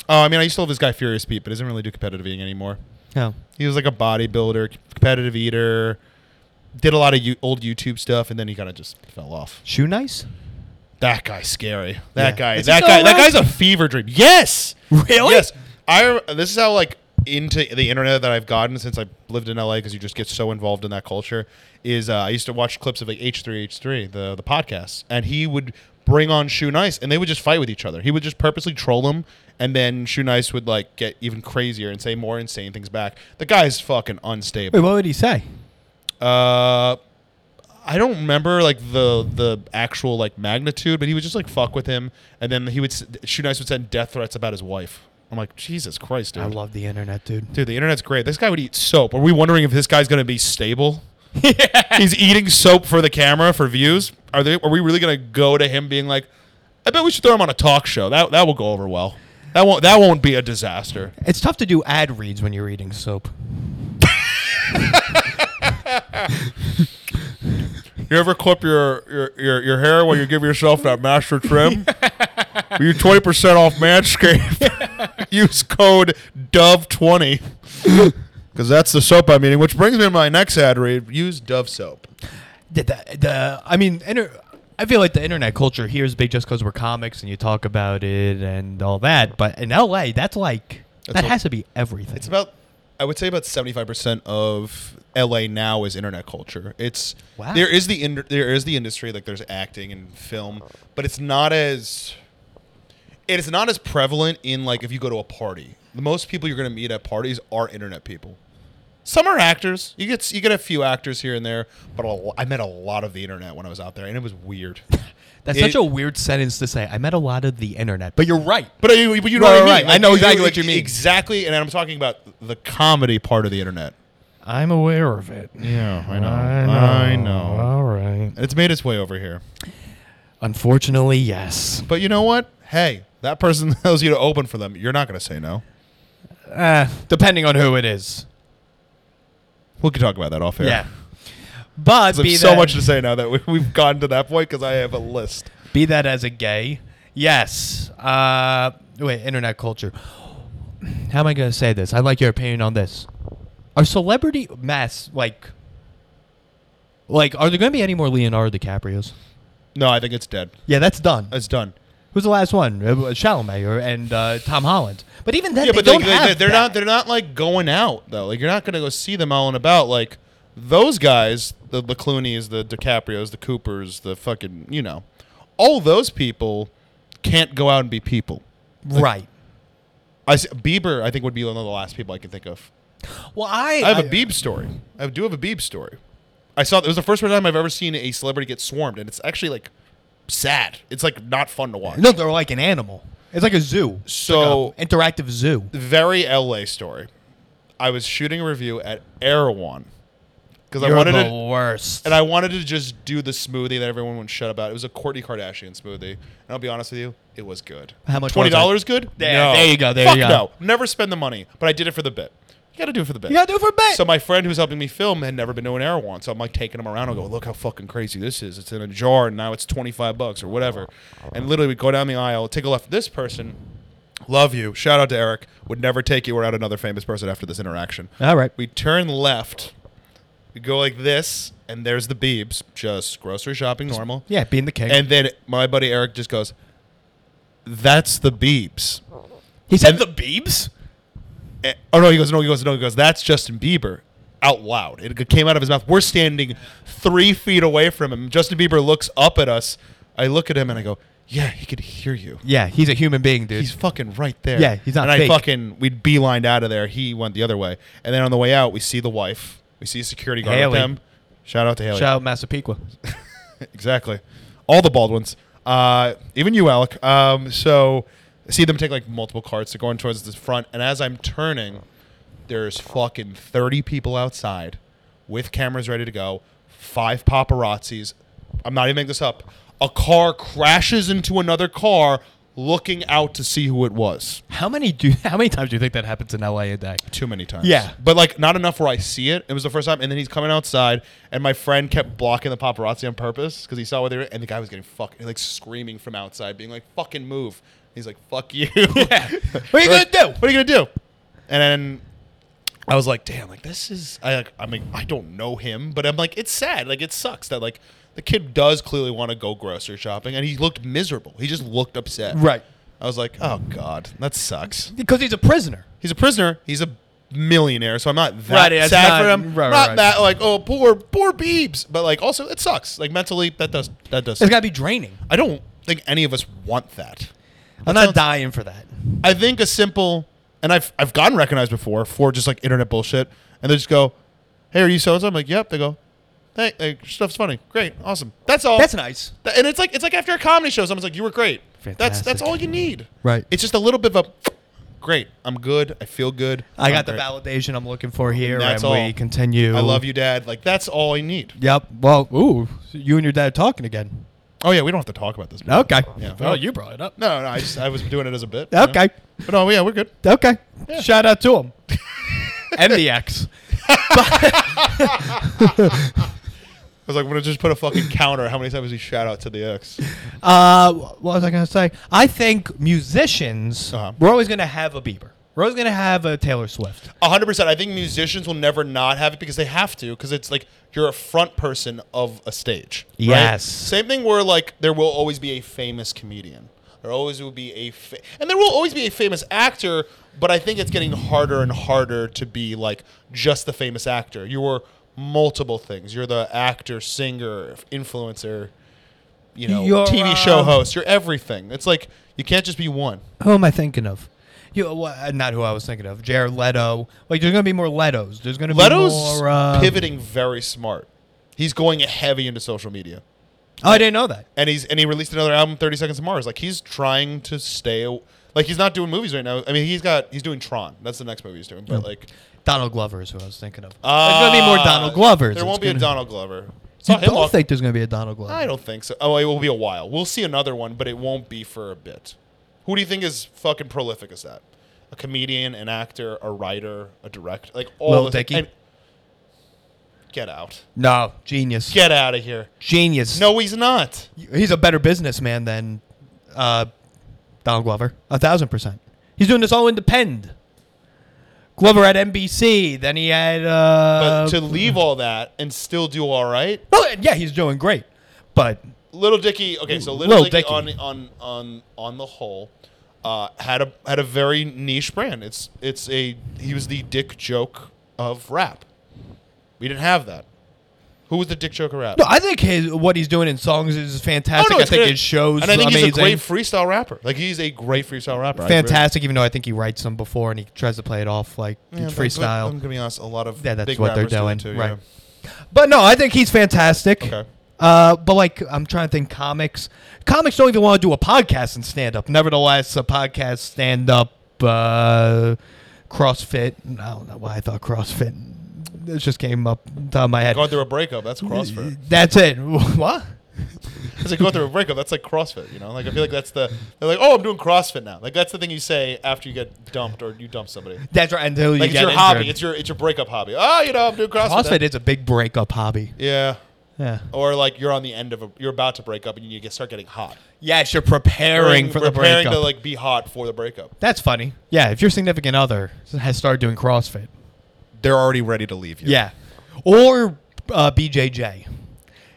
Oh, I mean, I used to love this guy Furious Pete, but he doesn't really do competitive eating anymore.
No.
He was like a bodybuilder, c- competitive eater, did a lot of you old YouTube stuff, and then he kind of just fell off.
Shoe nice?
That guy's scary. That
Yeah.
guy.
Is he
that
still
guy. That
around?
guy's a fever dream. Yes.
Really?
Yes. I. rem- This is how like into the internet that I've gotten since I lived in LA because you just get so involved in that culture. Is uh, I used to watch clips of like H3H3 the the podcast, and he would bring on Shoe Nice, and they would just fight with each other. He would just purposely troll him, and then Shoe Nice would like get even crazier and say more insane things back. The guy's fucking unstable.
Wait, what would he say?
Uh, I don't remember like the the actual like magnitude, but he would just like fuck with him, and then he would s- Shoe Nice would send death threats about his wife. I'm like, Jesus Christ, dude!
I love the internet, dude.
dude. The internet's great. This guy would eat soap. Are we wondering if this guy's gonna be stable? He's eating soap for the camera for views. Are they? Are we really gonna go to him being like, I bet we should throw him on a talk show. That that will go over well. That won't that won't be a disaster.
It's tough to do ad reads when you're eating soap.
You ever clip your your, your, your hair when you give yourself that master trim? you twenty percent off Manscaped. Use code Dove twenty. Because that's the soap I'm eating, which brings me to my next ad read. Use Dove soap.
The, the, the- I mean, inter- I feel like the internet culture here is big just because we're comics and you talk about it and all that. But in LA, that's like
That's
that
all-
has to be everything.
It's about I would say about seventy five percent of LA now is internet culture. It's
Wow.
there is the in, there is the industry like there's acting and film, but it's not as it is not as prevalent in like if you go to a party. The most people you're going to meet at parties are internet people. Some are actors. You get you get a few actors here and there, but a lo- I met a lot of the internet when I was out there, and it was weird.
that's
it-
such a weird sentence to say. I met a lot of the internet, but you're right.
But uh, you, but you know
Right,
what I mean.
right. I know exactly what you mean.
Exactly, and I'm talking about the comedy part of the internet.
I'm aware of it.
Yeah, I know.
I know. All right.
And It's made its way over here.
Unfortunately, yes.
But you know what? Hey, that person tells you to open for them. You're not going to say no.
Uh, depending on who it is.
We can talk about that off air.
Yeah. But
'Cause I
be
have so
that,
much to say now that we, we've gotten to that point because I have a list.
be that as a gay, yes. Uh, wait, internet culture. How am I going to say this? I like your opinion on this. Are celebrity mass like like are there going to be any more Leonardo DiCaprio's?
No, I think it's dead.
Yeah, that's done.
It's done.
Who's the last one? It was Chalamet or, and uh, Tom Holland. But even then,
yeah,
they
but
don't
they,
have
they, they're
that.
not. They're not like going out though. Like you're not going to go see them all and about. Like those guys, the, the Clooney's, the DiCaprio's, the Coopers, the fucking you know, all those people can't go out and be people.
right.
I s- Bieber, I think, would be one of the last people I can think of.
Well, I
I have
I- uh,
a Beeb story. I do have a Beeb story. I saw it was the first time I've ever seen a celebrity get swarmed, and it's actually like sad. It's like not fun to watch.
No, they're like an animal. It's like a zoo.
So
Like a interactive zoo.
very LA story. I was shooting a review at Erewhon because I
You're
wanted
the
to,
worst.
and I wanted to just do the smoothie that everyone would shut about. It was a Courtney Kardashian smoothie, and I'll be honest with you, it was good.
How much was
Twenty
it?
dollars, good.
There-
no.
there you go, there
Fuck
you go.
No, never spend the money, but I did it for the bit. You got to do it for the bit.
you gotta do it for a bit.
So my friend who's helping me film had never been to an Erewhon, so I'm like taking him around and go, look how fucking crazy this is. It's in a jar and now it's 25 bucks or whatever. And literally we go down the aisle, take a left. This person, love you, shout out to Eric, would never take you without another famous person after this interaction.
All right.
We turn left, we go like this, and there's the Beebs, just grocery shopping normal.
yeah, being the king.
And then my buddy Eric just goes, that's the Beebs.
he said
and-
the Beebs.
Eh, oh no, he goes, no, he goes, no, he goes, that's Justin Bieber out loud. It came out of his mouth. We're standing three feet away from him. Justin Bieber looks up at us. I look at him and I go, yeah, he could hear you.
Yeah, he's a human being, dude.
He's fucking right there.
Yeah, he's not
And
fake.
I fucking we beelined out of there. He went the other way, and then on the way out, we see the wife. We see a security guard
Haley.
with him. Shout out to Haley.
Shout out Massapequa.
exactly. All the Baldwins. Uh, even you, Alec. Um, so I see them take like multiple carts. They're going towards the front, and as I'm turning, there's fucking thirty people outside with cameras ready to go. Five paparazzis. I'm not even making this up. A car crashes into another car, looking out to see who it was.
How many do? How many times do you think that happens in LA a day?
Too many times.
Yeah.
But like not enough where I see it. It was the first time. And then he's coming outside and my friend kept blocking the paparazzi on purpose because he saw where they were and the guy was getting fucking like screaming from outside, being like, fucking move. He's like, "Fuck you."
What are you
Like,
gonna do?
What are you gonna do? And then I was like, "Damn, like this is." I like, I mean, I don't know him, but I'm like, it's sad. Like it sucks that like the kid does clearly want to go grocery shopping, and he looked miserable. He just looked upset.
Right.
I was like, "Oh God, that sucks."
Because he's a prisoner.
He's a prisoner. He's a millionaire, so I'm not that
Right, yeah, it's
sad
not-
for him.
right,
not
right.
that like, oh, poor, poor Beebs. But like, also, it sucks. Like mentally, that does that does.
It's gotta be draining.
I don't think any of us want that.
I'm
sounds-
not dying for that.
I think a simple, and I've I've gotten recognized before for just like internet bullshit, and they just go, "Hey, are you so and so?" I'm like, "Yep." They go, "Hey, like, your stuff's funny. Great, awesome. That's all.
That's nice.
Th- And it's like it's like after a comedy show, someone's like, "You were great." That's that's
Fantastic.
all you need.
Right.
It's just a little bit of a, "Great, I'm good. I feel good.
I got the
value.
validation I'm looking for here,
That's
and
all.
we continue.
I love you, Dad. Like that's all I need.
Yep. Well, ooh, so you and your dad talking again.
Oh yeah, we don't have to talk about this. man.
Okay.
Yeah.
Well, Oh, you brought it up.
No, no, I just I was doing it as a bit. you know?
Okay.
But no, yeah, we're good.
Okay. Shout out to him. MDX.
I was like, I'm gonna just put a fucking counter. How many times he shout out to the ex?
Uh, what was I going to say? I think musicians,
Uh-huh.
we're always going to have a Bieber. We're always going to have a Taylor Swift.
hundred percent. I think musicians will never not have it because they have to. Because it's like you're a front person of a stage. right?
Yes.
Same thing where like there will always be a famous comedian. There always will be a, fa- and there will always be a famous actor. But I think it's getting harder and harder to be like just the famous actor. You were multiple things. You're the actor, singer, influencer. You know,
You're,
TV show
um,
host. You're everything. It's like you can't just be one.
Who am I thinking of? You, wha- not who I was thinking of. Jared Leto. Like, there's going to be more Letos. There's going to be
Leto's
more. Uh,
pivoting very smart. He's going heavy into social media,
Oh, I didn't know that.
and he's and he released another album, Thirty Seconds to Mars. Like he's trying to stay. aw- Like he's not doing movies right now. I mean, he's got he's doing Tron. That's the next movie he's doing. But like,
Donald Glover is who I was thinking of.
uh,
Oh. there's going to be more Donald Glovers.
There
It's
won't be a
gonna-
Donald Glover. Saw
You
him
don't
walk-
think there's going to be a Donald Glover?
I don't think so. Oh, it will be a while. We'll see another one, but it won't be for a bit. Who do you think is fucking prolific as that? A comedian, an actor, a writer, a director, like all
Lil
the thi-
Dicky?
and- Get out.
No, genius.
Get out of here.
Genius.
No, he's not.
he's a better businessman than uh, Donald Glover. A thousand percent. He's doing this all independent. Glover at NBC. Then he had. Uh,
But to leave all that and still do all right,
No, yeah, he's doing great. But
Little Dicky. Okay, so Little,
Lil
Dicky,
Dicky.
on on on on the whole uh, had a had a very niche brand. It's it's a he was the dick joke of rap. We didn't have that. Who was the dick joke of rap?
no, I think his what he's doing in songs is fantastic. I
it's
think
great.
his shows
and I think
amazing.
he's a great freestyle rapper. Like he's a great freestyle rapper. I agree.
fantastic, even though I think he writes them before and he tries to play it off like
Yeah, but- but
freestyle.
I'm gonna be honest. A lot of
Yeah, that's
big
what they're
rappers do it
doing,
too,
right?
yeah.
But no, I think he's fantastic.
Okay.
Uh, but like, I'm trying to think. Comics, comics don't even want to do a podcast and stand up. Nevertheless, a podcast, stand up, uh, CrossFit. I don't know why I thought CrossFit. This just came up top of my head.
Going through a breakup. That's CrossFit.
That's it. what?
It's like going through a breakup. That's like CrossFit, you know. Like I feel like that's the they're like, oh, I'm doing CrossFit now. Like that's the thing you say after you get dumped or you dump somebody.
That's right. Until you
Like it's
get
your
injured.
hobby. It's your it's your breakup hobby. Oh, you know, I'm doing CrossFit.
CrossFit
now.
is a big breakup hobby.
yeah.
Yeah.
Or like you're on the end of a you're about to break up and you get start getting hot.
Yes, you're preparing for the
preparing
breakup.
to like be hot for the breakup.
That's funny. Yeah, if your significant other has started doing CrossFit.
They're already ready to leave you.
Yeah. Or uh, BJJ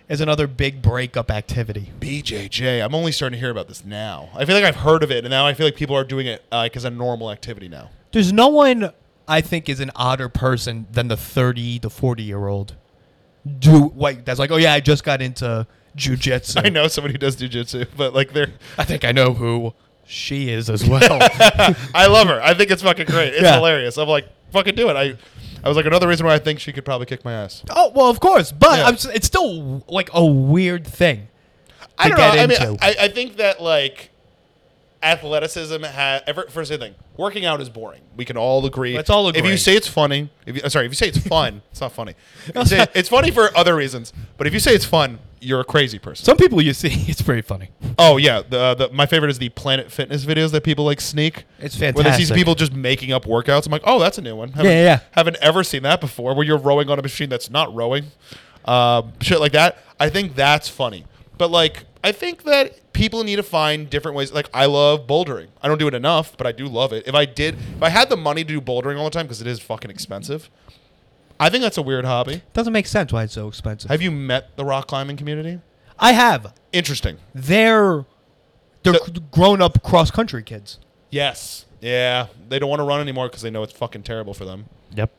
is another big breakup activity.
BJJ. I'm only starting to hear about this now. I feel like I've heard of it, and now I feel like people are doing it uh, like as a normal activity now.
There's no one I think is an odder person than the 30 to 40 year old. Do like that's like, oh yeah, I just got into jujitsu.
I know somebody who does jujitsu, but like they're
I think I know who she is as well.
I love her. I think it's fucking great. It's
Yeah.
hilarious. I'm like, fucking do it. I, I was like, another reason why I think she could probably kick my ass.
oh well, of course, but
Yeah.
I'm s it's still like a weird thing. to
I don't know.
get
I mean,
into.
I, I think that like athleticism has. Ever, first thing, working out is boring. We can all agree.
Let's all
If
agree.
you say it's funny, if you, uh, sorry, if you say it's fun, it's not funny. If you say- it's funny for other reasons, but if you say it's fun, you're a crazy person.
Some people you see, it's pretty funny.
Oh yeah, the, the my favorite is the Planet Fitness videos that people like sneak.
It's
Where they see
fantastic.
people just making up workouts. I'm like, oh, that's a new one. Haven't,
Yeah, yeah, yeah.
Haven't ever seen that before. Where you're rowing on a machine that's not rowing, um, shit like that. I think that's funny. But like, I think that people need to find different ways. Like I love bouldering. I don't do it enough, but I do love it. If I did, if I had the money to do bouldering all the time because it is fucking expensive, I think that's a weird hobby.
Doesn't make sense why it's so expensive.
Have you met the rock climbing community?
I have.
Interesting.
They're they're
The-
grown up cross country kids.
Yes. Yeah. They don't want to run anymore because they know it's fucking terrible for them.
Yep.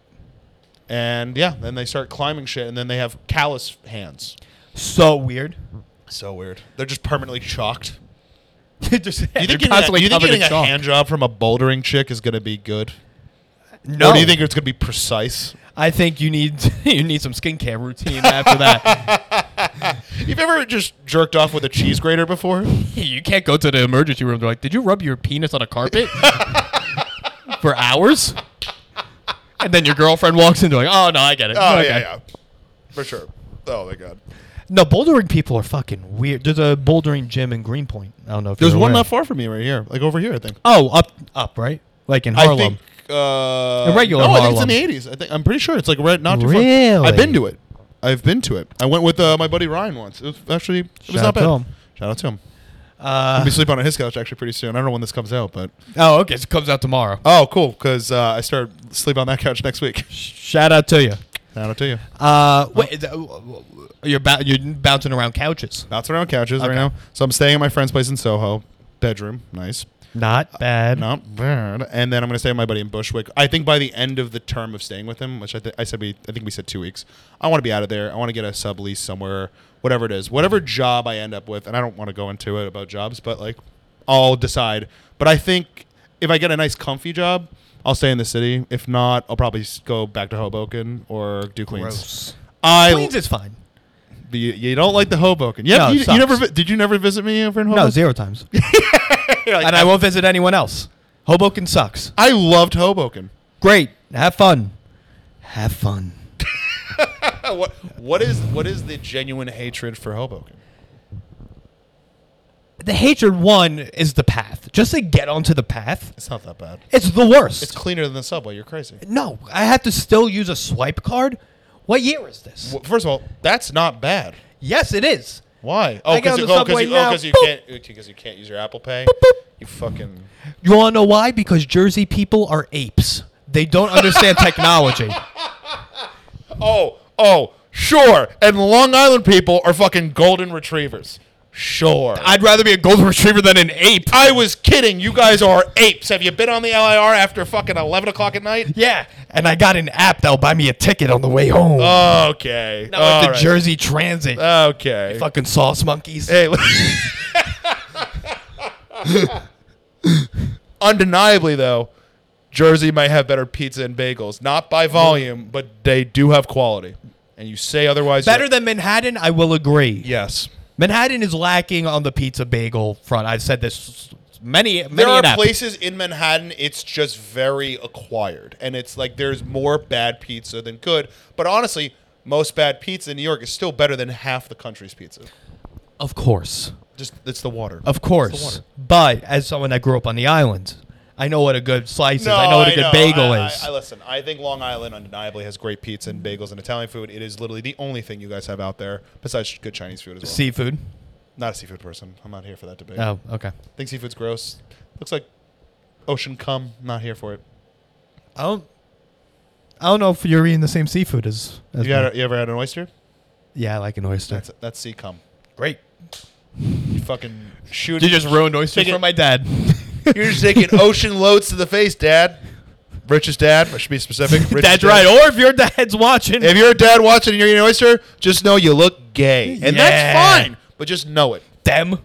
And yeah, then they start climbing shit, and then they have callous hands.
So weird.
So weird. They're just permanently chalked.
Just,
Do you
they're
think getting, a,
constantly
do you think
covered in
getting a
chalk.
hand job from a bouldering chick is going to be good?
No,
Or do you think it's going to be precise?
I think you need you need some skincare routine after that.
You've ever just jerked off with a cheese grater before?
you can't go to the emergency room. They're like, "Did you rub your penis on a carpet for hours?" And then your girlfriend walks in. They're like, "Oh no, I get it."
Oh,
Okay.
yeah, yeah. For sure. Oh, my God.
No, bouldering people are fucking weird. There's a bouldering gym in Greenpoint. I don't know if
There's
you're
one
aware.
not far from me right here. Like over here, I think.
Oh, up up right, like in
I
Harlem.
think. Uh,
A regular
no, I
Harlem.
think it's in the 80s. I think, I'm pretty sure it's like right not too far.
Really?
I've been to it. I've been to it. I went with uh, my buddy Ryan once. It was actually, it was
Shout
not
out to
bad.
him.
Shout out to him.
Uh,
I'll be sleeping on his couch actually pretty soon. I don't know when this comes out, but.
oh, okay. So it comes out tomorrow.
Oh, cool. Because uh, I start sleeping on that couch next week.
Shout out to you.
Shout out to you. Oh.
Uh, wait, is that- w- w- w- you're bou- you're bouncing around couches.
Bouncing around couches
Okay.
right now. So I'm staying at my friend's place in Soho. Bedroom. Nice.
Not bad.
Not bad. And then I'm gonna stay with my buddy in Bushwick. I think by the end of the term of staying with him, which I, th- I said we, I think we said two weeks. I want to be out of there. I want to get a sublease somewhere, whatever it is, whatever job I end up with. And I don't want to go into it about jobs, but like, I'll decide. But I think if I get a nice, comfy job, I'll stay in the city. If not, I'll probably s- go back to Hoboken or do Queens.
Gross.
I
Queens is fine.
the, you don't like the Hoboken. Yeah,
No, it
you, you
sucks.
never vi- did you never visit me over in Hoboken?
No, zero times.
You're like,
and I won't visit anyone else. Hoboken sucks.
I loved Hoboken.
Great. Have fun. Have fun.
what what is what is the genuine hatred for Hoboken?
The hatred one is the path. Just to get onto the path,
It's not that bad.
it's the worst.
It's cleaner than the subway. You're crazy.
no, I have to still use a swipe card. What year is this?
Well, first of all, that's not bad.
Yes, it is.
Why? Oh,
I get on
you,
the subway
you,
now.
because you
Boop.
can't because you can't use your Apple Pay. You fucking.
You want to know why? Because Jersey people are apes. They don't understand technology.
Oh oh sure. And Long Island people are fucking golden retrievers. Sure. I,
I'd rather be a golden retriever than an ape.
I was kidding. You guys are apes. Have you been on the LIR after fucking eleven o'clock at night?
Yeah, and I got an app that'll buy me a ticket on the way home.
Okay.
Not like
All
the
right.
Jersey Transit.
Okay.
Fucking sauce monkeys.
Hey. look- Undeniably, though, Jersey might have better pizza and bagels. Not by volume, but they do have quality. And you say otherwise.
Better
you're-
than Manhattan, I will agree.
yes.
Manhattan is lacking on the pizza bagel front. I've said this many, many
There are
an app.
places in Manhattan it's just very acquired, and it's like there's more bad pizza than good. But honestly, most bad pizza in New York is still better than half the country's pizza.
Of course.
Just it's the water.
Of course.
water.
But as someone that grew up on the island, I know what a good slice is. I know what a good
know.
bagel
I-
is.
I, I listen. I think Long Island undeniably has great pizza and bagels and Italian food. It is literally the only thing you guys have out there besides good Chinese food as well.
Seafood.
Not a seafood person. I'm not here for that debate.
Oh, okay.
Think seafood's gross. Looks like ocean cum. Not here for it.
I don't. I don't know if you're eating the same seafood as. as
You, had, you ever had an oyster?
yeah, I like an oyster.
That's that's sea cum.
great.
You fucking shoot.
You just ruined oysters
Take it-
for my dad.
You're just taking ocean loads to the face, Dad. Richest dad. I should be specific. Richest
That's
dad.
right. Or if your dad's watching,
If you're a dad watching and you're eating an oyster, just know you look gay, and
Yeah.
that's fine. But just know it.
them.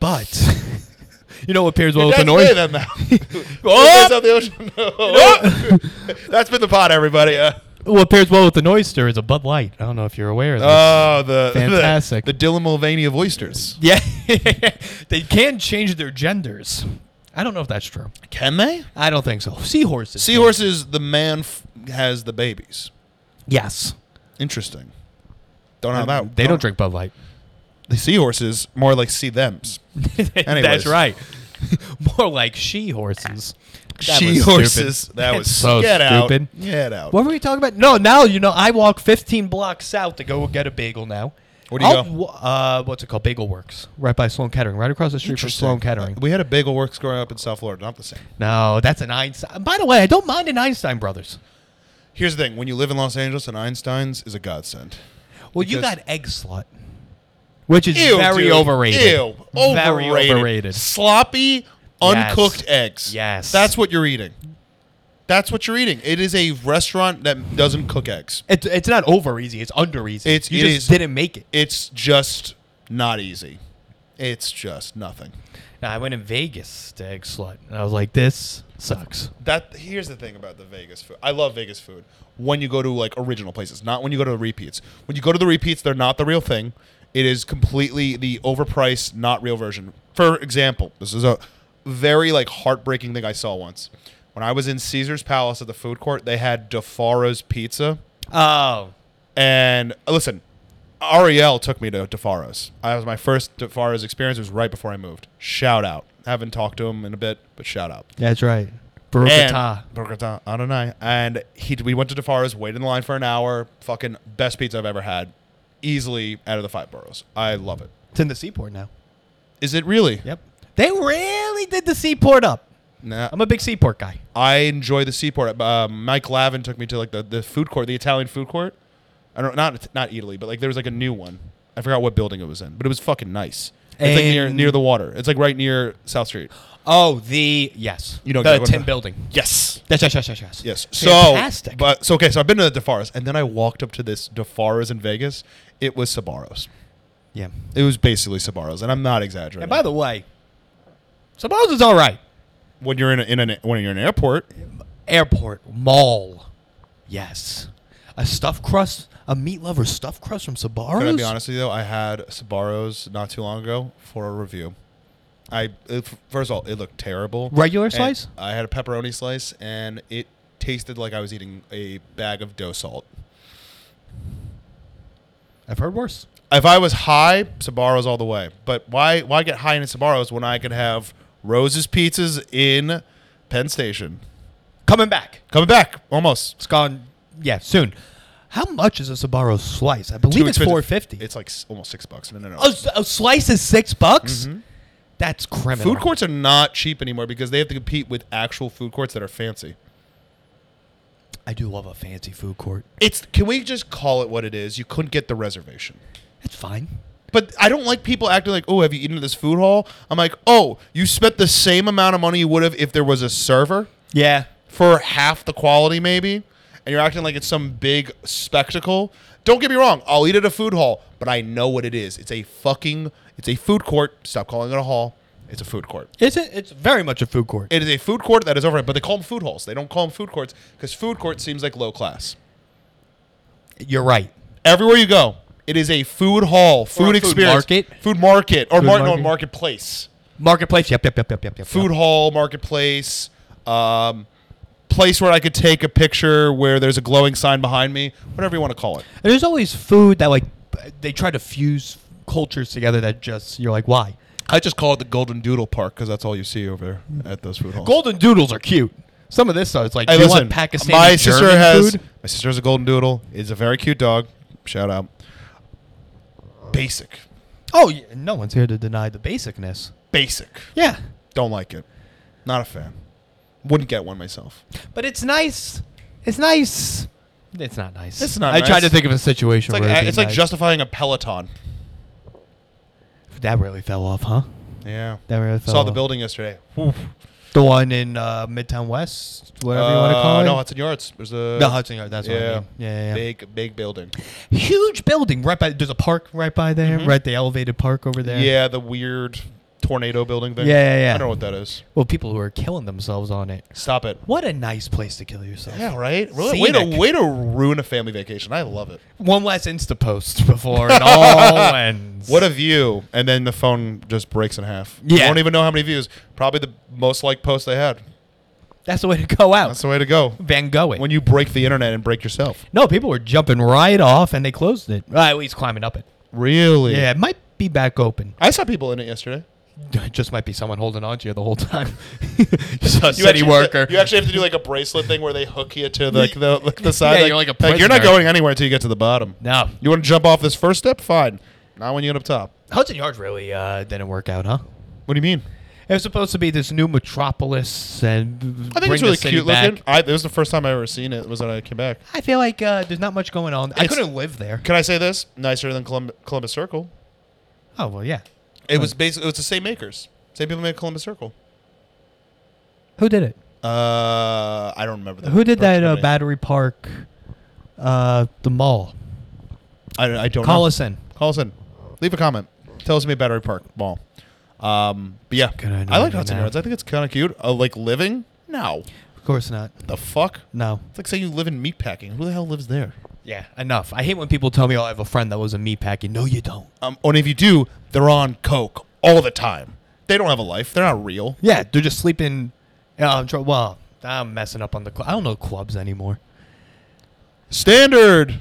But you know what pairs well
Your
with an
dad's
oyster?
gay then, though.
Oh!
That's out the ocean. No. That's been the pot, everybody. Uh,
What pairs well with an oyster is a Bud Light. I don't know if you're aware of this.
oh, the the-
Fantastic.
The, Dylan Mulvaney of oysters.
yeah, they can change their genders. I don't know if that's true.
Can they?
I don't think so. Seahorses.
Seahorses. The man f- has the babies.
yes.
Interesting. Um, Don't have that.
They don't drink Bud Light.
The seahorses more like see them's.
That's
Anyways.
right. More like she horses. That was
she horses.
stupid.
That
That's
was
so
get
stupid.
out. Get out.
What were we talking about? No, now you know I walk 15 blocks south to go get a bagel now.
Where do you
I'll-
go?
w- Uh, what's it called? Bagel Works, right by Sloan Kettering, right across the street from
Interesting.
Sloan Kettering.
We had a bagel works growing up in South Florida, not the same.
no, that's an Einstein. By the way, I don't mind an Einstein Brothers.
Here's the thing: when you live in Los Angeles, and Einstein's is a godsend.
Well, you
Because-
got egg slut, which is very
dude.
overrated.
Ew,
Very
overrated.
overrated.
Sloppy, uncooked eggs.
Yes.
that's what you're eating. That's what you're eating. It is a restaurant that doesn't cook eggs.
It's, it's not over easy. It's under easy.
It's-
you
it
just
is-
didn't make it.
It's just not easy. It's just nothing.
Now, I went in Vegas to egg slut, and I was like, this sucks.
That here's the thing about the Vegas food. I love Vegas food. When you go to like original places, not when you go to the repeats. When you go to the repeats, they're not the real thing. It is completely the overpriced, not real version. For example, this is a very like heartbreaking thing I saw once. When I was in Caesar's Palace at the food court, they had DeFaro's pizza.
Oh,
And uh, listen, Ariel took me to DeFaro's. I was my first DeFaro's experience. It was right before I moved. Shout out. Haven't talked to him in a bit, but shout out.
that's right.
And-
Barukata.
Bogota, I don't know. And he, we went to DeFaro's, waited in line for an hour. Fucking best pizza I've ever had. Easily out of the five boroughs. I love it.
It's in the seaport now.
Is it really?
Yep. They really did the seaport up.
Nah.
I'm a big seaport guy.
I enjoy the seaport. Uh, Mike Lavin took me to like the, the food court, the Italian food court. I don't not not Italy, but like there was like a new one. I forgot what building it was in, but it was fucking nice. It's like near
And-
near the water. It's like right near South Street.
Oh, the yes.
You don't
the
get what
tin
the-
building.
Yes.
Yes, yes, yes, yes, yes.
Yes.
Fantastic.
So, but so okay. So I've been to the DeFaras, and then I walked up to this DeFaras in Vegas. It was Sabaros.
yeah.
It was basically Sabaros, and I'm not exaggerating.
And by the way, Sabaros is all right.
when you're in, a, in an when you're in an airport,
Airport mall. Yes. A stuffed crust, a meat lover stuffed crust from Sabaros.
Can I be honest with you though? I had Sabaros not too long ago for a review. I it, first of all, it looked terrible.
Regular
And
slice?
I had a pepperoni slice, and it tasted like I was eating a bag of dough salt.
I've heard worse.
If I was high, Sabaros all the way. But why why get high in Sabaros when I could have Rose's pizzas in Penn Station?
Coming back.
Coming back almost.
It's gone. Yeah, soon. How much is a Sabaros slice? I believe
Too
it's
expensive.
four fifty. Oh,
It's like s- almost six bucks. No, no, no.
a, s- a slice is six bucks. That's criminal.
Food courts are not cheap anymore because they have to compete with actual food courts that are fancy.
I do love a fancy food court.
It's can we just call it what it is? You couldn't get the reservation.
It's fine.
But I don't like people acting like, "Oh, have you eaten at this food hall?" I'm like, "Oh, you spent the same amount of money you would have if there was a server
Yeah.
for half the quality maybe." And you're acting like it's some big spectacle. Don't get me wrong, I'll eat at a food hall, but I know what it is. It's a fucking it's a food court. Stop calling it a hall. It's a food court.
It's a, it's very much a food court.
It is a food court that is overhead, but they call them food halls. They don't call them food courts because food court seems like low class.
You're right.
Everywhere you go, it is a food hall, food
food
experience,
market.
food market, or
Food
mar- no,
market.
marketplace,
Marketplace. Yep, yep, yep, yep, yep, yep.
food hall, marketplace, um, place where I could take a picture where there's a glowing sign behind me, whatever you want to call it.
Yep. There's always food that like they try to fuse cultures together. That just you're like, why?
I just call it the Golden Doodle Park because that's all you see over there at those food halls.
Golden doodles are cute. Some of this stuff, it's like,
Hey,
do you
listen,
want Pakistani
my sister
German
has
food?
my sister has a Golden Doodle. It's a very cute dog. Shout out. Basic,
Oh, yeah, no one's here to deny the basicness.
basic.
Yeah,
Don't like it. Not a fan. Wouldn't get one myself.
but it's nice. It's nice. It's not nice.
It's not
I tried
nice.
to think of a situation
It's like
where it'd be
it's like
nice.
justifying a Peloton.
that really fell off, huh?
Yeah.
That really fell
Saw the
off.
building yesterday.
The one in uh, Midtown West, whatever you want to
Uh,
call it.
No, Hudson Yards. There's a
The Hudson Yard, that's what I mean. Yeah, yeah, yeah.
Big big building.
Huge building right by. There's a park right by there, right? The elevated park over there.
Mm-hmm. Yeah, the weird tornado building thing.
Yeah, yeah, yeah.
I don't know what that is.
Well, people who are killing themselves on it.
Stop it.
What a nice place to kill yourself.
Yeah, right. Really, way to
Scenic.
way to ruin a family vacation. I love it.
One less Insta post before it all ends.
What a view! And then the phone just breaks in half.
Yeah.
You won't even know how many views. Probably the most liked post they had.
That's the way to go out.
That's the way to go.
Van Gogh.
When you break the internet and break yourself.
no, people were jumping right off, and they closed it. Uh, at least climbing up it.
Really?
Yeah, it might be back open.
I saw people in it yesterday.
It just might be someone holding on to you the whole time. Just a city
actually-
worker.
You actually have to do like a bracelet thing where they hook you to like the like the side.
Yeah, you're like a
you're not
prisoner.
going anywhere until you get to the bottom.
no,
You want to jump off this first step? Fine. Not when you get up top.
Hudson Yards really uh, didn't work out, huh?
What do you mean?
It was supposed to be this new metropolis, and
I think
bring
it's really
the city
cute
back.
looking. I, it was the first time I ever seen it. Was when I came back.
I feel like uh, there's not much going on. I
It's-
couldn't live there.
Can I say this? Nicer than Colum- Columbus Circle.
Oh well, yeah.
It was basically it was the same makers. Same people made Columbus Circle.
Who did it?
Uh, I don't remember. the
Who did that?
production
Uh,
company.
Battery Park, uh, the mall.
I, I don't
Call
know.
us in.
Call us in. Leave a comment. Tell us about Battery Park Mall. Um, but yeah,
Good idea,
I like
good
Hudson
now.
Yards. I think it's kind of cute. Uh, like living? No.
Of course not.
The fuck?
No.
It's like saying you live in meatpacking. Who the hell lives there?
Yeah, enough. I hate when people tell me, "Oh, I have a friend that was a meatpacking." No, you don't.
Um, and if you do, they're on coke all the time. They don't have a life. They're not real.
Yeah, they're just sleeping. Uh, tr- well, I'm messing up on the. Cl- I don't know clubs anymore.
Standard.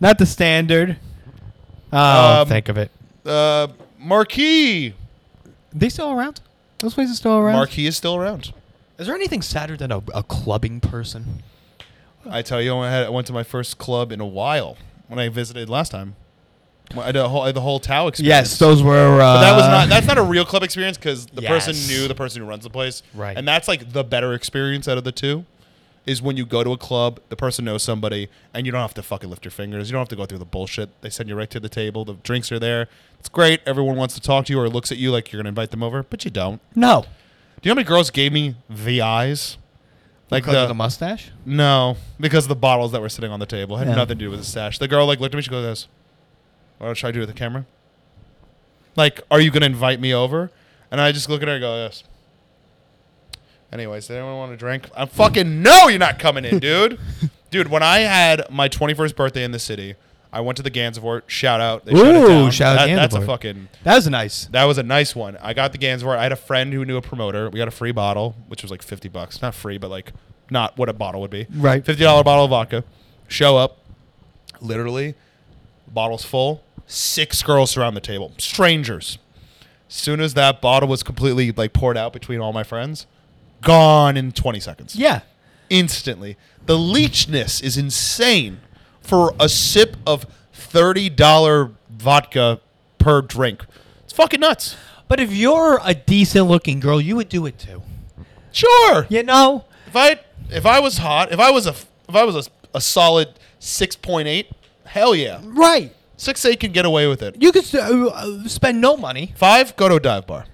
Not the standard. Oh,
Um,
think of it.
Uh, Marquee.
They still around? Those places still around?
Marquee is still around.
Is there anything sadder than a, a clubbing person?
I tell you, I, had, I went to my first club in a while when I visited last time. Well, I had a whole, I had the whole Tao experience.
Yes, those were. Uh,
But that was not. That's not a real club experience because the
Yes.
person knew the person who runs the place.
Right.
And that's like the better experience out of the two, is when you go to a club, the person knows somebody, and you don't have to fucking lift your fingers. You don't have to go through the bullshit. They send you right to the table. The drinks are there. It's great. Everyone wants to talk to you or looks at you like you're gonna invite them over, but you don't.
no.
Do you know how many girls gave me the eyes? Like
Because of
the,
the mustache.
no, because of the bottles that were sitting on the table had
Yeah.
nothing to do with the stash. The girl like looked at me. She goes, "This, what should I do with the camera? Like, are you gonna invite me over?" And I just look at her and go, "Yes." Anyways, does anyone want a drink? I'm fucking no, you're not coming in, dude. dude, when I had my 21st birthday in the city, I went to the Gansevoort. Shout out. They shut it
Ooh,
down.
shout out
That- That's a
Gansevoort.
fucking.
That was nice.
That was a nice one. I got the Gansvoort. I had a friend who knew a promoter. We got a free bottle, which was like fifty bucks. Not free, but like not what a bottle would be.
Right.
Fifty dollar bottle of vodka. Show up. Literally, bottle's full. Six girls surround the table. Strangers. Soon as that bottle was completely like poured out between all my friends, gone in twenty seconds
Yeah.
instantly. The leechness is insane for a sip of $30 vodka per drink. It's fucking nuts.
But if you're a decent looking girl, you would do it too.
Sure.
You know?
If I if I was hot, if I was a if I was a, a solid 6.8, hell yeah.
Right.
6.8 can get away with it.
You could s- uh, uh, spend no money.
5, go to a dive bar.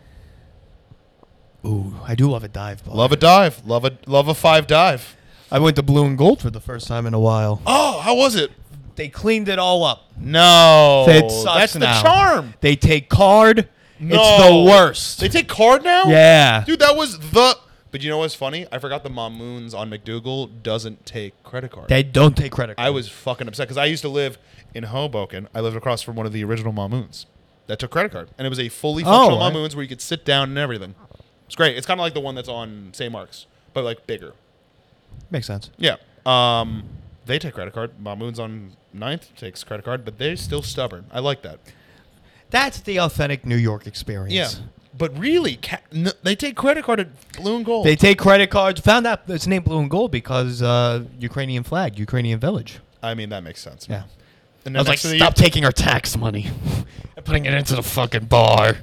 Ooh, I do love a dive bar.
Love a dive. Love a love a 5 dive.
I went to Blue and Gold for the first time in a while.
Oh, how was it?
They cleaned it all up.
No.
It sucks
That's the
now.
charm.
They take card. It's
No.
the worst.
They take card now?
yeah.
Dude, that was the. But you know what's funny? I forgot the Mamoons on McDougal doesn't take credit card.
They don't take credit
I
card.
was fucking upset because I used to live in Hoboken. I lived across from one of the original Mamoons that took credit card, and it was a fully
Oh,
functional
I-
Mamoons where you could sit down and everything. It's great. It's kind of like the one that's on St. Mark's, but like bigger.
Makes sense.
Yeah. Um, they take credit card. Mamoons on 9th takes credit card, but they're still stubborn. I like that.
That's the authentic New York experience.
Yeah. But really, ca- n- they take credit card at Blue and Gold.
They take credit cards. Found out it's named Blue and Gold because uh, Ukrainian flag, Ukrainian village.
I mean, that makes sense.
Yeah.
And
I was like,
next to the-
stop taking our tax money and putting it into the fucking bar.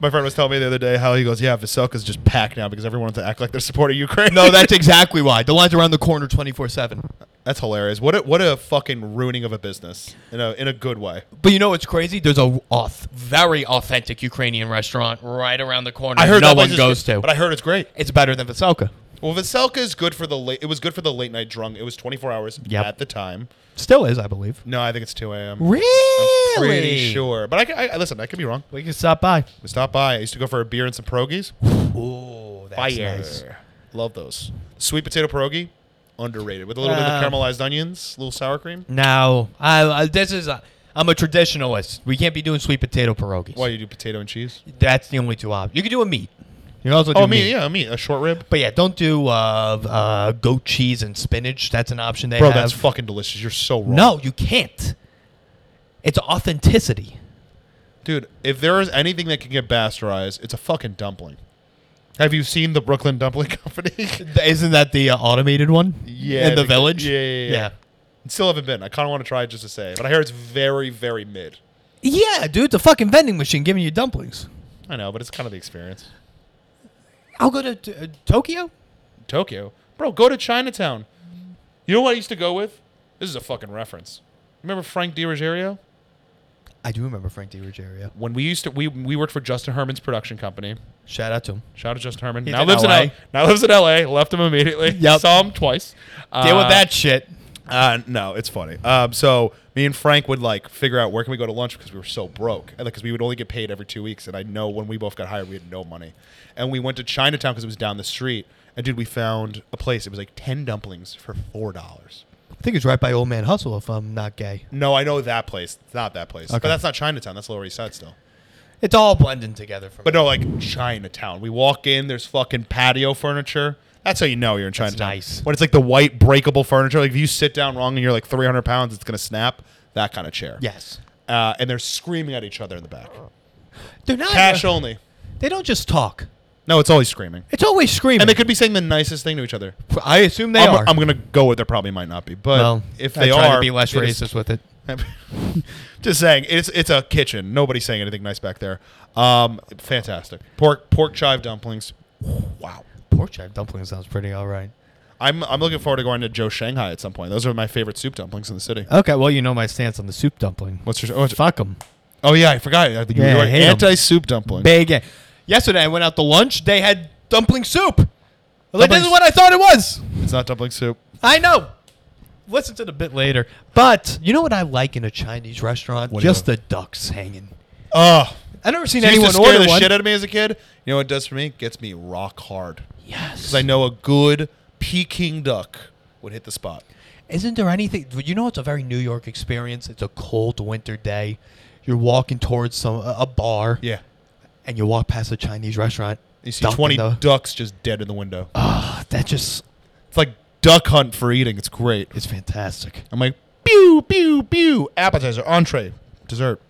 My friend was telling me the other day how he goes, yeah, Veselka's just packed now because everyone wants to act like they're supporting Ukraine.
No, that's exactly why. The line's around the corner 24 7.
that's hilarious. What a, what a fucking ruining of a business in a in a good way.
But you know what's crazy? There's a auth, very authentic Ukrainian restaurant right around the corner.
I heard
no
that place
one
is
goes
good,
to.
but I heard it's great.
it's better than Veselka.
Well, Veselka is good for the late. It was good for the late night drunk. It was 24 hours
Yep.
at the time.
Still is, I believe.
No, I think it's 2 a.m.
Really?
Pretty sure, but I, ca- I- I- listen. I could be wrong.
We can stop by.
We stopped by. I used to go for a beer and some pierogies.
Ooh, that's
Love those. Sweet potato pierogi, underrated with a little
Wow.
bit of caramelized onions, a little sour cream.
mm. Now, I, I this is a, I'm a traditionalist. We can't be doing sweet potato pierogies.
Why you do potato and cheese?
That's the only two options. You can do a meat. You can also do
Oh,
meat.
me, yeah, me, a short rib.
But yeah, don't do uh, uh, goat cheese and spinach. That's an option they
Bro,
have.
that's fucking delicious. You're so wrong.
no, you can't. It's authenticity.
Dude, if there is anything that can get bastardized, it's a fucking dumpling. Have you seen the Brooklyn Dumpling Company?
Isn't that the uh, automated one?
Yeah,
In the
the-
village?
yeah, yeah, yeah. Still haven't been. I kind of want to try it just to say, but I hear it's very, very mid.
Yeah, dude, the fucking vending machine giving you dumplings.
I know, but it's kind of the experience.
I'll go to t- uh, Tokyo.
Tokyo, bro, go to Chinatown. You know what I used to go with? This is a fucking reference. Remember Frank DiRogerio?
I do remember Frank DiRogerio.
When we used to, we we worked for Justin Herman's production company.
Shout out to him.
Shout out to Justin Herman.
He's
now
in
lives
LA.
in L- now lives in L.A. Left him immediately.
Yep.
Saw him twice.
Deal
Uh,
with that shit.
Uh, no, it's funny. Um, so me and Frank would like figure out where can we go to lunch because we were so broke, and because we would only get paid every two weeks. And I know when we both got hired, we had no money, and we went to Chinatown because it was down the street. And dude, we found a place. It was like ten dumplings for four dollars.
I think it's right by Old Man Hustle if I'm not gay.
No, I know that place. It's not that place, but
Okay.
that's not Chinatown. That's Lower East Side still.
It's all blending together for
But
me.
no, like Chinatown. We walk in, there's fucking patio furniture. That's how you know you're in Chinatown.
nice.
When it's like the white breakable furniture, like if you sit down wrong and you're like 300 pounds, it's gonna snap. That kind of chair.
Yes.
Uh, and they're screaming at each other in the back.
They're not. uh,
Cash only.
they don't just talk.
No, it's always screaming.
It's always screaming.
And they could be saying the nicest thing to each other.
I assume they
I'm,
are.
I'm gonna go with there probably might not be, but
well,
if
I
they
try
are,
to be less
it is-
racist with it.
just saying, it's it's a kitchen. Nobody's saying anything nice back there. Um, fantastic pork pork chive dumplings. Wow.
Pork chop dumpling sounds pretty all right.
I'm I'm looking forward to going to Joe Shanghai at some point. Those are my favorite soup dumplings in the city.
Okay, well, you know my stance on the soup dumpling.
What's your oh, it's-
Fuck them.
oh yeah, I forgot. I think
Yeah,
you
I
were
hate 'em.
anti soup dumpling.
Big. Yesterday, I went out to lunch. They had dumpling soup. I was Like, this
Dumplings-
is what I thought it was.
It's not dumpling soup.
I know. Listen to the bit later. But you know what I like in a Chinese restaurant?
What do you
Just the ducks hanging.
Oh,
I've never seen
it used to
anyone
scare
order
the
one.
shit out of me as a kid. You know what it does for me? It gets me rock hard
yes.
because I know a good Peking duck would hit the spot.
Isn't there anything? You know, it's a very New York experience. It's a cold winter day. You're walking towards some a a bar,
Yeah,
and you walk past a Chinese restaurant.
you see
duck in
twenty
the-
ducks just dead in the window.
Ah, that just
It's like duck hunt for eating. It's great.
is fantastic.
I'm like pew pew pew. Appetizer, entree, dessert.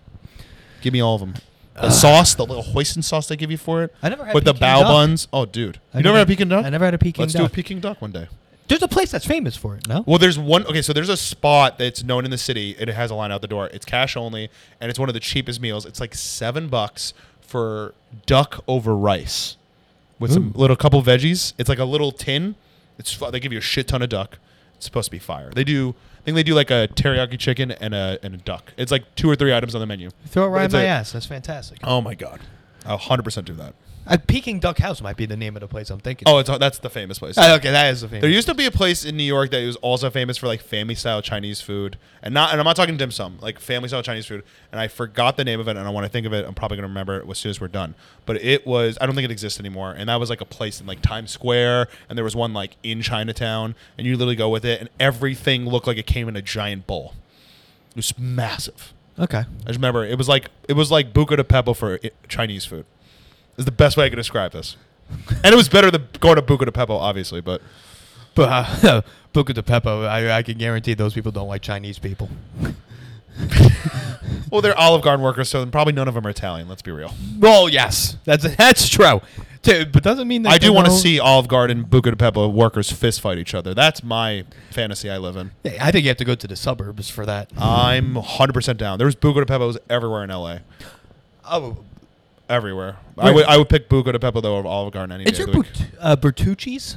Give me all of them. The sauce, the little hoisin sauce they give you for it.
I never had
with the
Peking
bao
duck.
buns. Oh, dude, you never had Peking duck?
I never had a Peking
Let's
duck.
do a Peking duck one day.
There's a place that's famous for it. No,
Well, there's one. Okay, so there's a spot that's known in the city. It has a line out the door. It's cash only, and it's one of the cheapest meals. It's like seven bucks for duck over rice with some
Ooh.
little couple veggies. It's like a little tin. It's fu- they give you a shit ton of duck. It's supposed to be fire. They do. I think they do like a teriyaki chicken and a and a duck. It's like two or three items on the menu.
throw it right in
It's
my
a-
ass. That's fantastic.
Oh my god, I hundred percent do that.
A Peking Duck House might be the name of the place I'm thinking.
Oh, it's that's the famous place.
Ah, okay, that is the famous.
There used to be a place in New York that was also famous for like family style Chinese food, and not and I'm not talking dim sum, like family style Chinese food. And I forgot the name of it, and I want to think of it. I'm probably gonna remember it as soon as we're done. But it was I don't think it exists anymore, and that was like a place in like Times Square, and there was one like in Chinatown, and you literally go with it, and everything looked like it came in a giant bowl. It was massive.
okay,
I just remember it was like it was like Buca de Pepo for i Chinese food. Is the best way I could describe this. And it was better than going to Buca de Pepo, obviously, but.
but uh, Buca de Pepo, I, I can guarantee those people don't like Chinese people.
Well, they're Olive Garden workers, so probably none of them are Italian. Let's be real.
Well, yes, that's that's true. Dude, but doesn't mean that
I do want to
don't-
see Olive Garden Buca di Pepo workers fist fight each other. That's my fantasy I live in.
Yeah, I think you have to go to the suburbs for that.
I'm 100% down. There's Buca di Peppo's everywhere in LA.
Oh,
Everywhere. I would I would pick Buca di Pepo though over Olive Garden any day.
is there
Of the week.
Bert, uh, Bertucci's?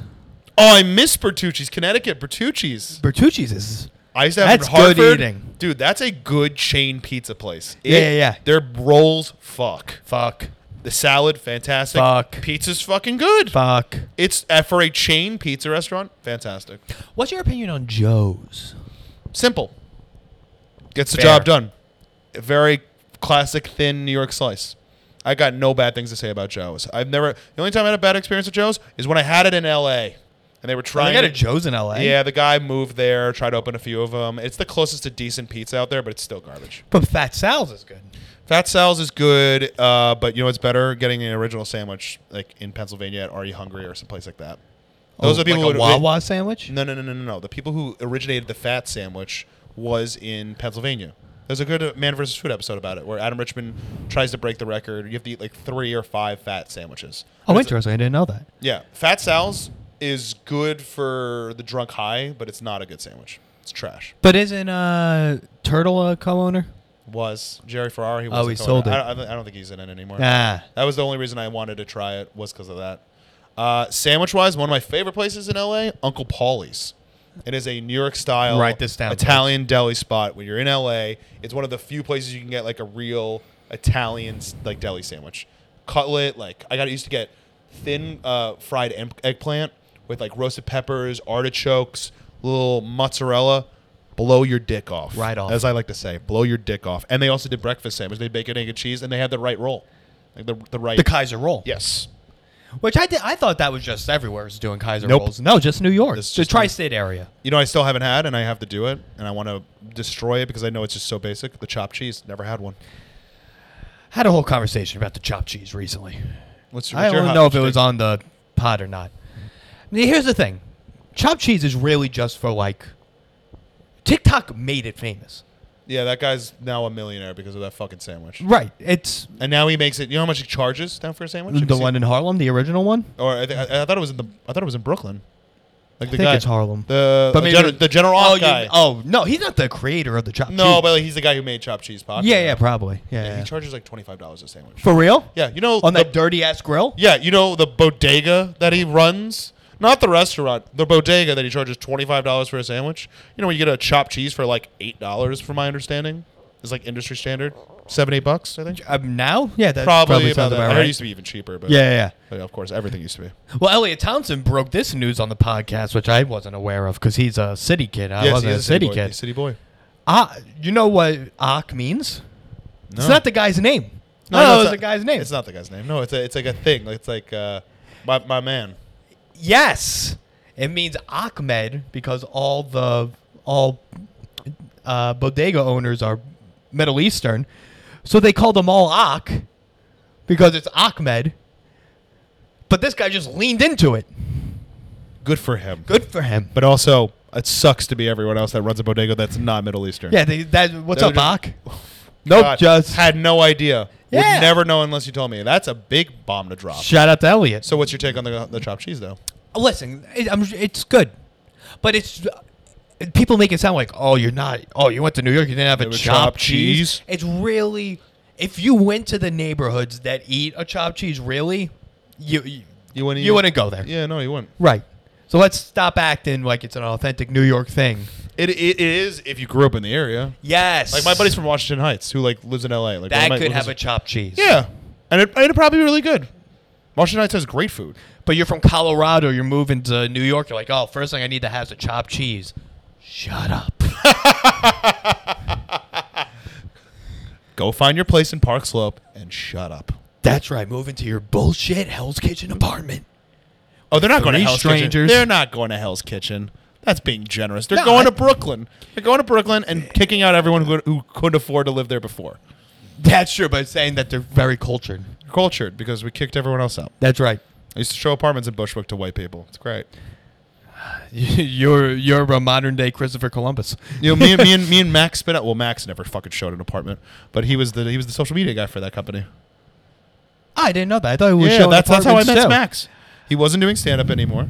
oh, I miss Bertucci's, Connecticut Bertucci's.
Bertucci's is
I used to have
That's
them in
good
Hartford.
eating.
Dude, that's a good chain pizza place.
Yeah, yeah, yeah.
Their rolls fuck.
fuck,
The salad fantastic.
Fuck.
Pizza's fucking good.
fuck.
It's uh, for a chain pizza restaurant. Fantastic.
What's your opinion on Joe's?
Simple. Gets the
Fair.
job done. A very classic thin New York slice. I got no bad things to say about Joe's. I've never the only time I had a bad experience with Joe's is when I had it in LA and they were
I
trying
got a eh?
to-
Joe's in L.A.
Yeah, the guy moved there, tried to open a few of them. It's the closest to decent pizza out there, but it's still garbage.
but Fat Sal's is good.
Fat Sal's is good, uh, but you know it's better getting an original sandwich like in Pennsylvania at Are You Hungry or someplace like that. Those
Oh,
are people
like
who
a
would-
Wawa sandwich.
No, no, no, no, no, no. The people who originated the fat sandwich was in Pennsylvania. There's a good uh, Man vs. Food episode about it where Adam Richman tries to break the record. You have to eat like three or five fat sandwiches.
Oh,
And it's-
interesting. I didn't know that.
Yeah. Fat Sal's is good for the drunk high, but it's not a good sandwich. It's trash.
But isn't uh, Turtle a co-owner?
Was Jerry Ferrari? He
Oh,
was
he
in
sold
Conan.
it.
I, I don't- I don't think he's in it anymore.
Ah,
That was the only reason I wanted to try it was because of that. Uh, sandwich wise, one of my favorite places in LA, Uncle Paulie's. It is a New York style
Write this down,
Italian deli spot. When you're in LA, it's one of the few places you can get like a real Italian like deli sandwich, cutlet. Like I got used to get thin uh, fried em- eggplant with like roasted peppers, artichokes, little mozzarella. Blow your dick off,
Right off.
As I like to say, blow your dick off. And they also did breakfast sandwich. They bacon, egg, and cheese, and they had the right roll, like the the right
the Kaiser roll.
Yes.
Which I did, I thought that was just everywhere was doing Kaiser
Nope.
rolls. No, just New York,
It's
the
just New-
tri-state area.
You know, I still haven't had, and I have to do it, and I want to destroy it because I know it's just so basic. The chopped cheese, never had one.
Had a whole conversation about the chopped cheese recently.
What's,
I don't know if it was on the pod or not. Now, here's the thing: chopped cheese is really just for like TikTok made it famous.
Yeah, that guy's now a millionaire because of that fucking sandwich.
Right. It's
And now he makes it. You know how much he charges now for a sandwich? Have you
the
seen-
one in Harlem, the original one.
Or I, think I, I thought it was in the. I thought it was in Brooklyn. Like
I think it's Harlem.
The the,
maybe-
general, Uh, the general
oh,
Oz
you-
guy.
oh no, he's not the creator of the chopped cheese.
no, but like, he's the guy who made chopped cheese popular.
yeah, yeah, probably. Yeah.
Yeah,
yeah.
He charges like twenty five dollars a sandwich.
for real?
yeah, you know
On
the-
that dirty ass grill?
Yeah, you know the bodega that he runs? Not the restaurant, the bodega that he charges $25 for a sandwich. You know, when you get a chopped cheese for like $8, from my understanding, is like industry standard. Seven, eight bucks, I think.
Um, now? Yeah, that
Probably, about
sounds
that.
about
I heard
right.
it used to be even cheaper, but
yeah, yeah,
but of course, everything used to be.
yeah. Well, Elliot Townsend broke this news on the podcast, which I wasn't aware of because he's a city kid. I wasn't
he's
a city,
boy. He's
kid.
a city boy.
Ah, you know what Ak means? It's
No.
not the guy's name. No,
no,
it
it's
was
not-
the guy's name.
It's not the guy's name. No, it's a, it's like a thing. Like, It's like uh, my, my man.
Yes, it means Ahmed because all the all uh, bodega owners are Middle Eastern, so they call them all Ak because it's Ahmed. But this guy just leaned into it.
Good for him.
Good for him.
But also, it sucks to be everyone else that runs a bodega that's not Middle Eastern.
Yeah, they, that. What's
Those
up,
are
Ak? Nope,
God,
just
had no idea.
Yeah.
Would never know unless you told me. That's a big bomb to drop.
shout out to Elliot.
So what's your take on the, the chopped cheese though?
Listen, it, I'm, it's good, but it's people make it sound like oh you're not oh you went to New York you didn't have a
There was
chopped,
chopped
cheese.
cheese.
It's really if you went to the neighborhoods that eat a chopped cheese, really, you you,
You wouldn't.
you wouldn't go there,
Yeah, no, you wouldn't.
right? So let's stop acting like it's an authentic New York thing.
It, it is if you grew up in the area.
Yes,
Like my buddy's from Washington Heights who like lives in L.A. Like one
that
of my-
could
lives-
have a chopped cheese.
yeah, and it, and it'd probably be really good. Washington Heights has great food.
but you're from Colorado, you're moving to New York, you're like oh first thing I need to have is a chopped cheese. Shut up.
Go find your place in Park Slope and shut up.
That's right. Move into your bullshit Hell's Kitchen apartment.
Oh, they're not going to
Three
Hell's Kitchen.
strangers.
They're not going to Hell's Kitchen. That's being generous. They're
No,
going
I-
to Brooklyn. They're going to Brooklyn and kicking out everyone who, who couldn't afford to live there before.
That's true, but it's saying that they're very cultured.
Cultured because we kicked everyone else out.
That's right.
I used to show apartments in Bushwick to white people. It's great.
You're you're a modern day Christopher Columbus.
You know, me and me and me and Max spin out. Well, Max never fucking showed an apartment, but he was the he was the social media guy for that company.
I didn't know that. I thought it was
yeah,
showing
that's that's how I met
apartments too.
Max. He wasn't doing stand up anymore,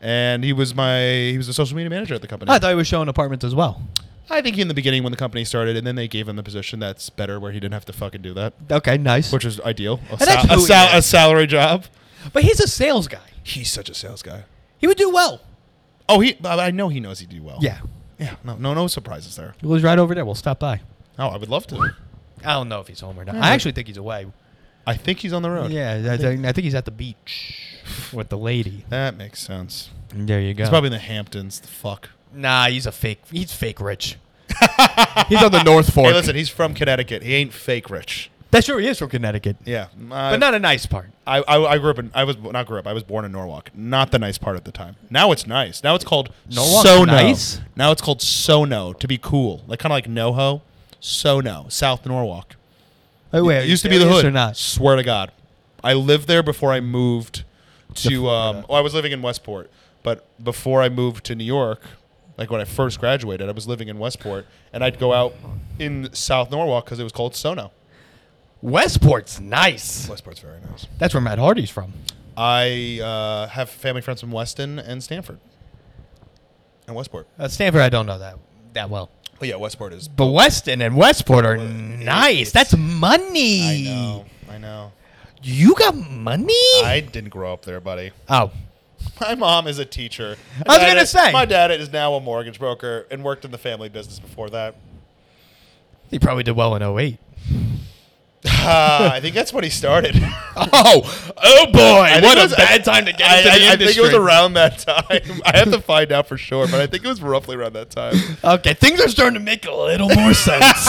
and he was my he was the social media manager at the company.
I thought he was showing apartments as well.
I think in the beginning when the company started, and then they gave him the position that's better where he didn't have to fucking do that,
Okay, nice.
which is ideal. A,
that's
sal- a,
who he
sal-
is.
a salary job.
But he's a sales guy.
He's such a sales guy.
He would do well.
Oh, he I I know he knows he'd do well.
Yeah,
yeah. No, no, no surprises there.
he lives right over there. We'll stop by.
Oh, I would love to.
I don't know if he's home or not.
Yeah,
I
but-
actually think he's away.
I think he's on the road.
Yeah, I think, I think he's at the beach with the lady.
That makes sense.
There you go.
He's probably in the Hamptons. The fuck.
nah, he's a fake. He's fake rich. he's on the North Fork.
Hey, listen, he's from Connecticut. He ain't fake rich.
That's sure he is from Connecticut,
Yeah,
but not a nice part.
I, I, I grew up in. I was not grew up. I was born in Norwalk. Not the nice part at the time. Now it's nice. Now it's called
Norwalk's
Sono.
nice?
Now it's called Sono to be cool. Like kind of like NoHo, Sono, South Norwalk.
Oh, wait, are
it
you
used to be the
serious
hood.
or not?
Swear to God, I lived there before I moved to. Um,
Florida.
oh, I was living in Westport, but before I moved to New York, like when I first graduated, I was living in Westport, and I'd go out in South Norwalk because it was called Sono.
Westport's nice.
Westport's very nice.
That's where Matt Hardy's from.
I uh, have family friends from Weston and Stanford and Westport.
Uh, Stanford, I don't know that that well.
But yeah, Westport is.
Uh, But Weston and Westport are nice.
it's-
That's money.
I know. I know.
You got money?
I didn't grow up there, buddy.
oh.
My mom is a teacher.
I was
Dad
gonna
is-
say.
my dad is now a mortgage broker and worked in the family business before that.
He probably did well in 08.
Ah, I think that's when he started.
Oh, oh boy!
I think
what
it
a
was-
bad time to get into
I,
the
I- I
industry.
think it was around that time. I have to find out for sure, but I think it was roughly around that time.
Okay, things are starting to make a little more sense.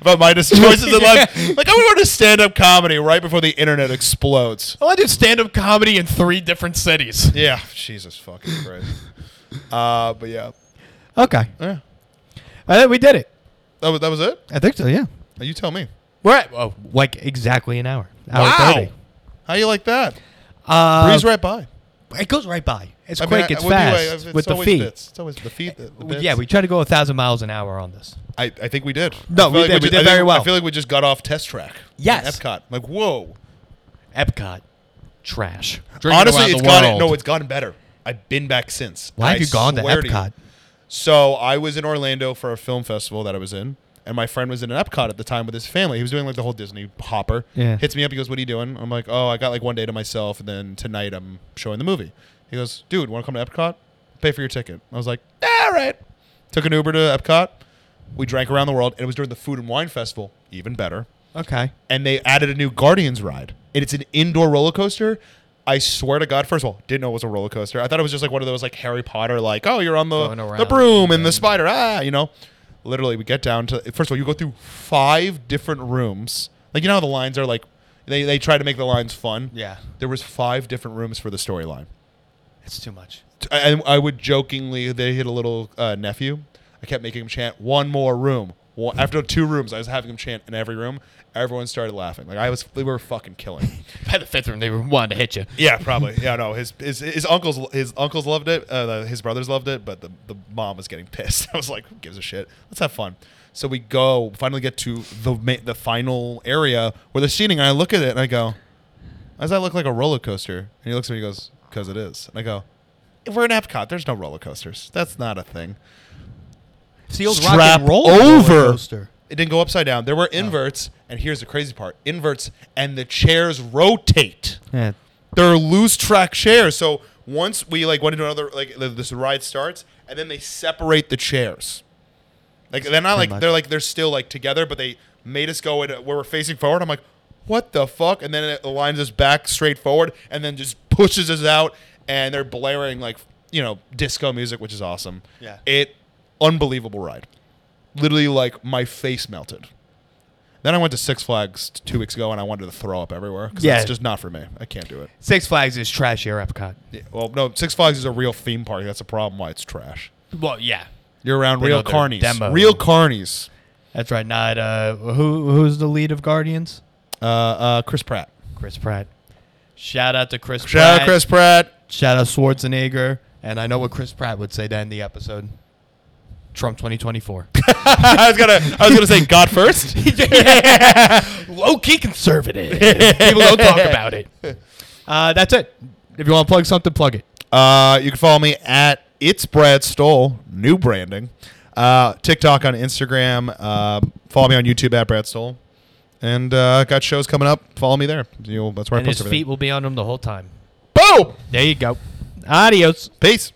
About my dis- choices in life. Like, I went to stand up comedy right before the internet explodes.
well, I did stand-up comedy in three different cities.
Yeah. Jesus fucking Christ. Uh, but yeah.
Okay,
Yeah.
I think we did it.
That was, that was it?
I think so. Yeah,
You tell me.
we're at oh, like exactly an hour. Hour thirty.
How you like that?
Uh,
Breeze right by.
It goes right by. It's
I mean,
quick.
I-
it's
what do you- I-
fast
it's
with the
always
feet.
bits. It's always the feet. The, the
Yeah,
bits.
we try to go a thousand miles an hour on this.
I, I think we did.
No,
I feel
we did. We
ju-
did
I think-
very well.
I feel like we just got off test track. in
Yes.
Epcot. Like, whoa.
Epcot, trash.
Honestly, it's
it's
gotten no, it's gotten better. I've been back since.
Why have
I
you gone to
swear you.
Epcot?
So I was in Orlando for a film festival that I was in, and my friend was in an Epcot at the time with his family. He was doing like the whole Disney hopper.
Yeah.
Hits me up. He goes, "What are you doing?" I'm like, "Oh, I got like one day to myself, and then tonight I'm showing the movie." He goes, "Dude, want to come to Epcot? Pay for your ticket." I was like, "All right." Took an Uber to Epcot. We drank around the world, and it was during the Food and Wine Festival. Even better
Okay.
and they added a new Guardians ride. And it's an indoor roller coaster. I swear to God, first of all, didn't know it was a roller coaster. I thought it was just like one of those like Harry Potter, like, oh, you're on the,
Going around
the broom and the
and-
spider, ah, you know. Literally, we get down to, first of all, you go through five different rooms. Like, you know how the lines are like, they, they try to make the lines fun.
Yeah,
There was five different rooms for the storyline.
it's too much.
I, I would jokingly they hit a little uh, nephew. I kept making him chant one more room. One, after two rooms, I was having him chant in every room. Everyone started laughing. Like I was, we were fucking killing.
By the fifth room, they wanted to hit you.
yeah, probably. Yeah, no. His his, his uncles his uncles loved it. Uh, the- his brothers loved it, but the the mom was getting pissed. I was like, who gives a shit? Let's have fun. So we go finally get to the ma- the final area where they're seating, and I look at it and I go, "Why does that look like a roller coaster?" And he looks at me and he goes, "Cause it is." And I go, "We're in Epcot. There's no roller coasters. That's not a thing."
It's the old rock
Strap
and roll
over.
roller coaster. Oh.
It didn't go upside down. There were inverts, and here's the crazy part: inverts and the chairs rotate.
Yeah.
they're loose track chairs. So once we like went into another like the, this ride starts, and then they separate the chairs. Like they're not
Pretty
like
much.
they're like they're still like together, but they made us go in where we're facing forward. I'm like, what the fuck? And then it aligns us back straight forward, and then just pushes us out. And they're blaring like you know disco music, which is awesome.
Yeah.
it unbelievable ride. Literally, like my face melted. Then I went to Six Flags t- two weeks ago, and I wanted to throw up everywhere because
Yeah.
it's just not for me. I can't do it.
Six Flags is trashier Epcot.
Yeah, well, no, Six Flags is a real theme park. That's a problem why it's trash.
Well, yeah,
You're around
They
real
know their
carnies.
demo.
Real carnies.
that's right. Not uh, who who's the lead of Guardians?
Uh, uh, Chris Pratt.
Chris Pratt. Shout out to Chris.
Shout out
Pratt.
Chris Pratt.
Shout out Schwarzenegger. And I know what Chris Pratt would say to end the episode. Trump 2024.
I was gonna, I was gonna say God first.
Low key conservative. People don't talk about it. Uh, that's it. If you want to plug something, plug it.
Uh, you can follow me at it's Brad Stoll, new branding. Uh, TikTok on Instagram. Um, follow me on YouTube at Brad Stoll. And uh, got shows coming up. Follow me there. You'll, that's where
and
I
his
post everything.
feet will be on him the whole time.
Boom.
There you go. Adios.
Peace.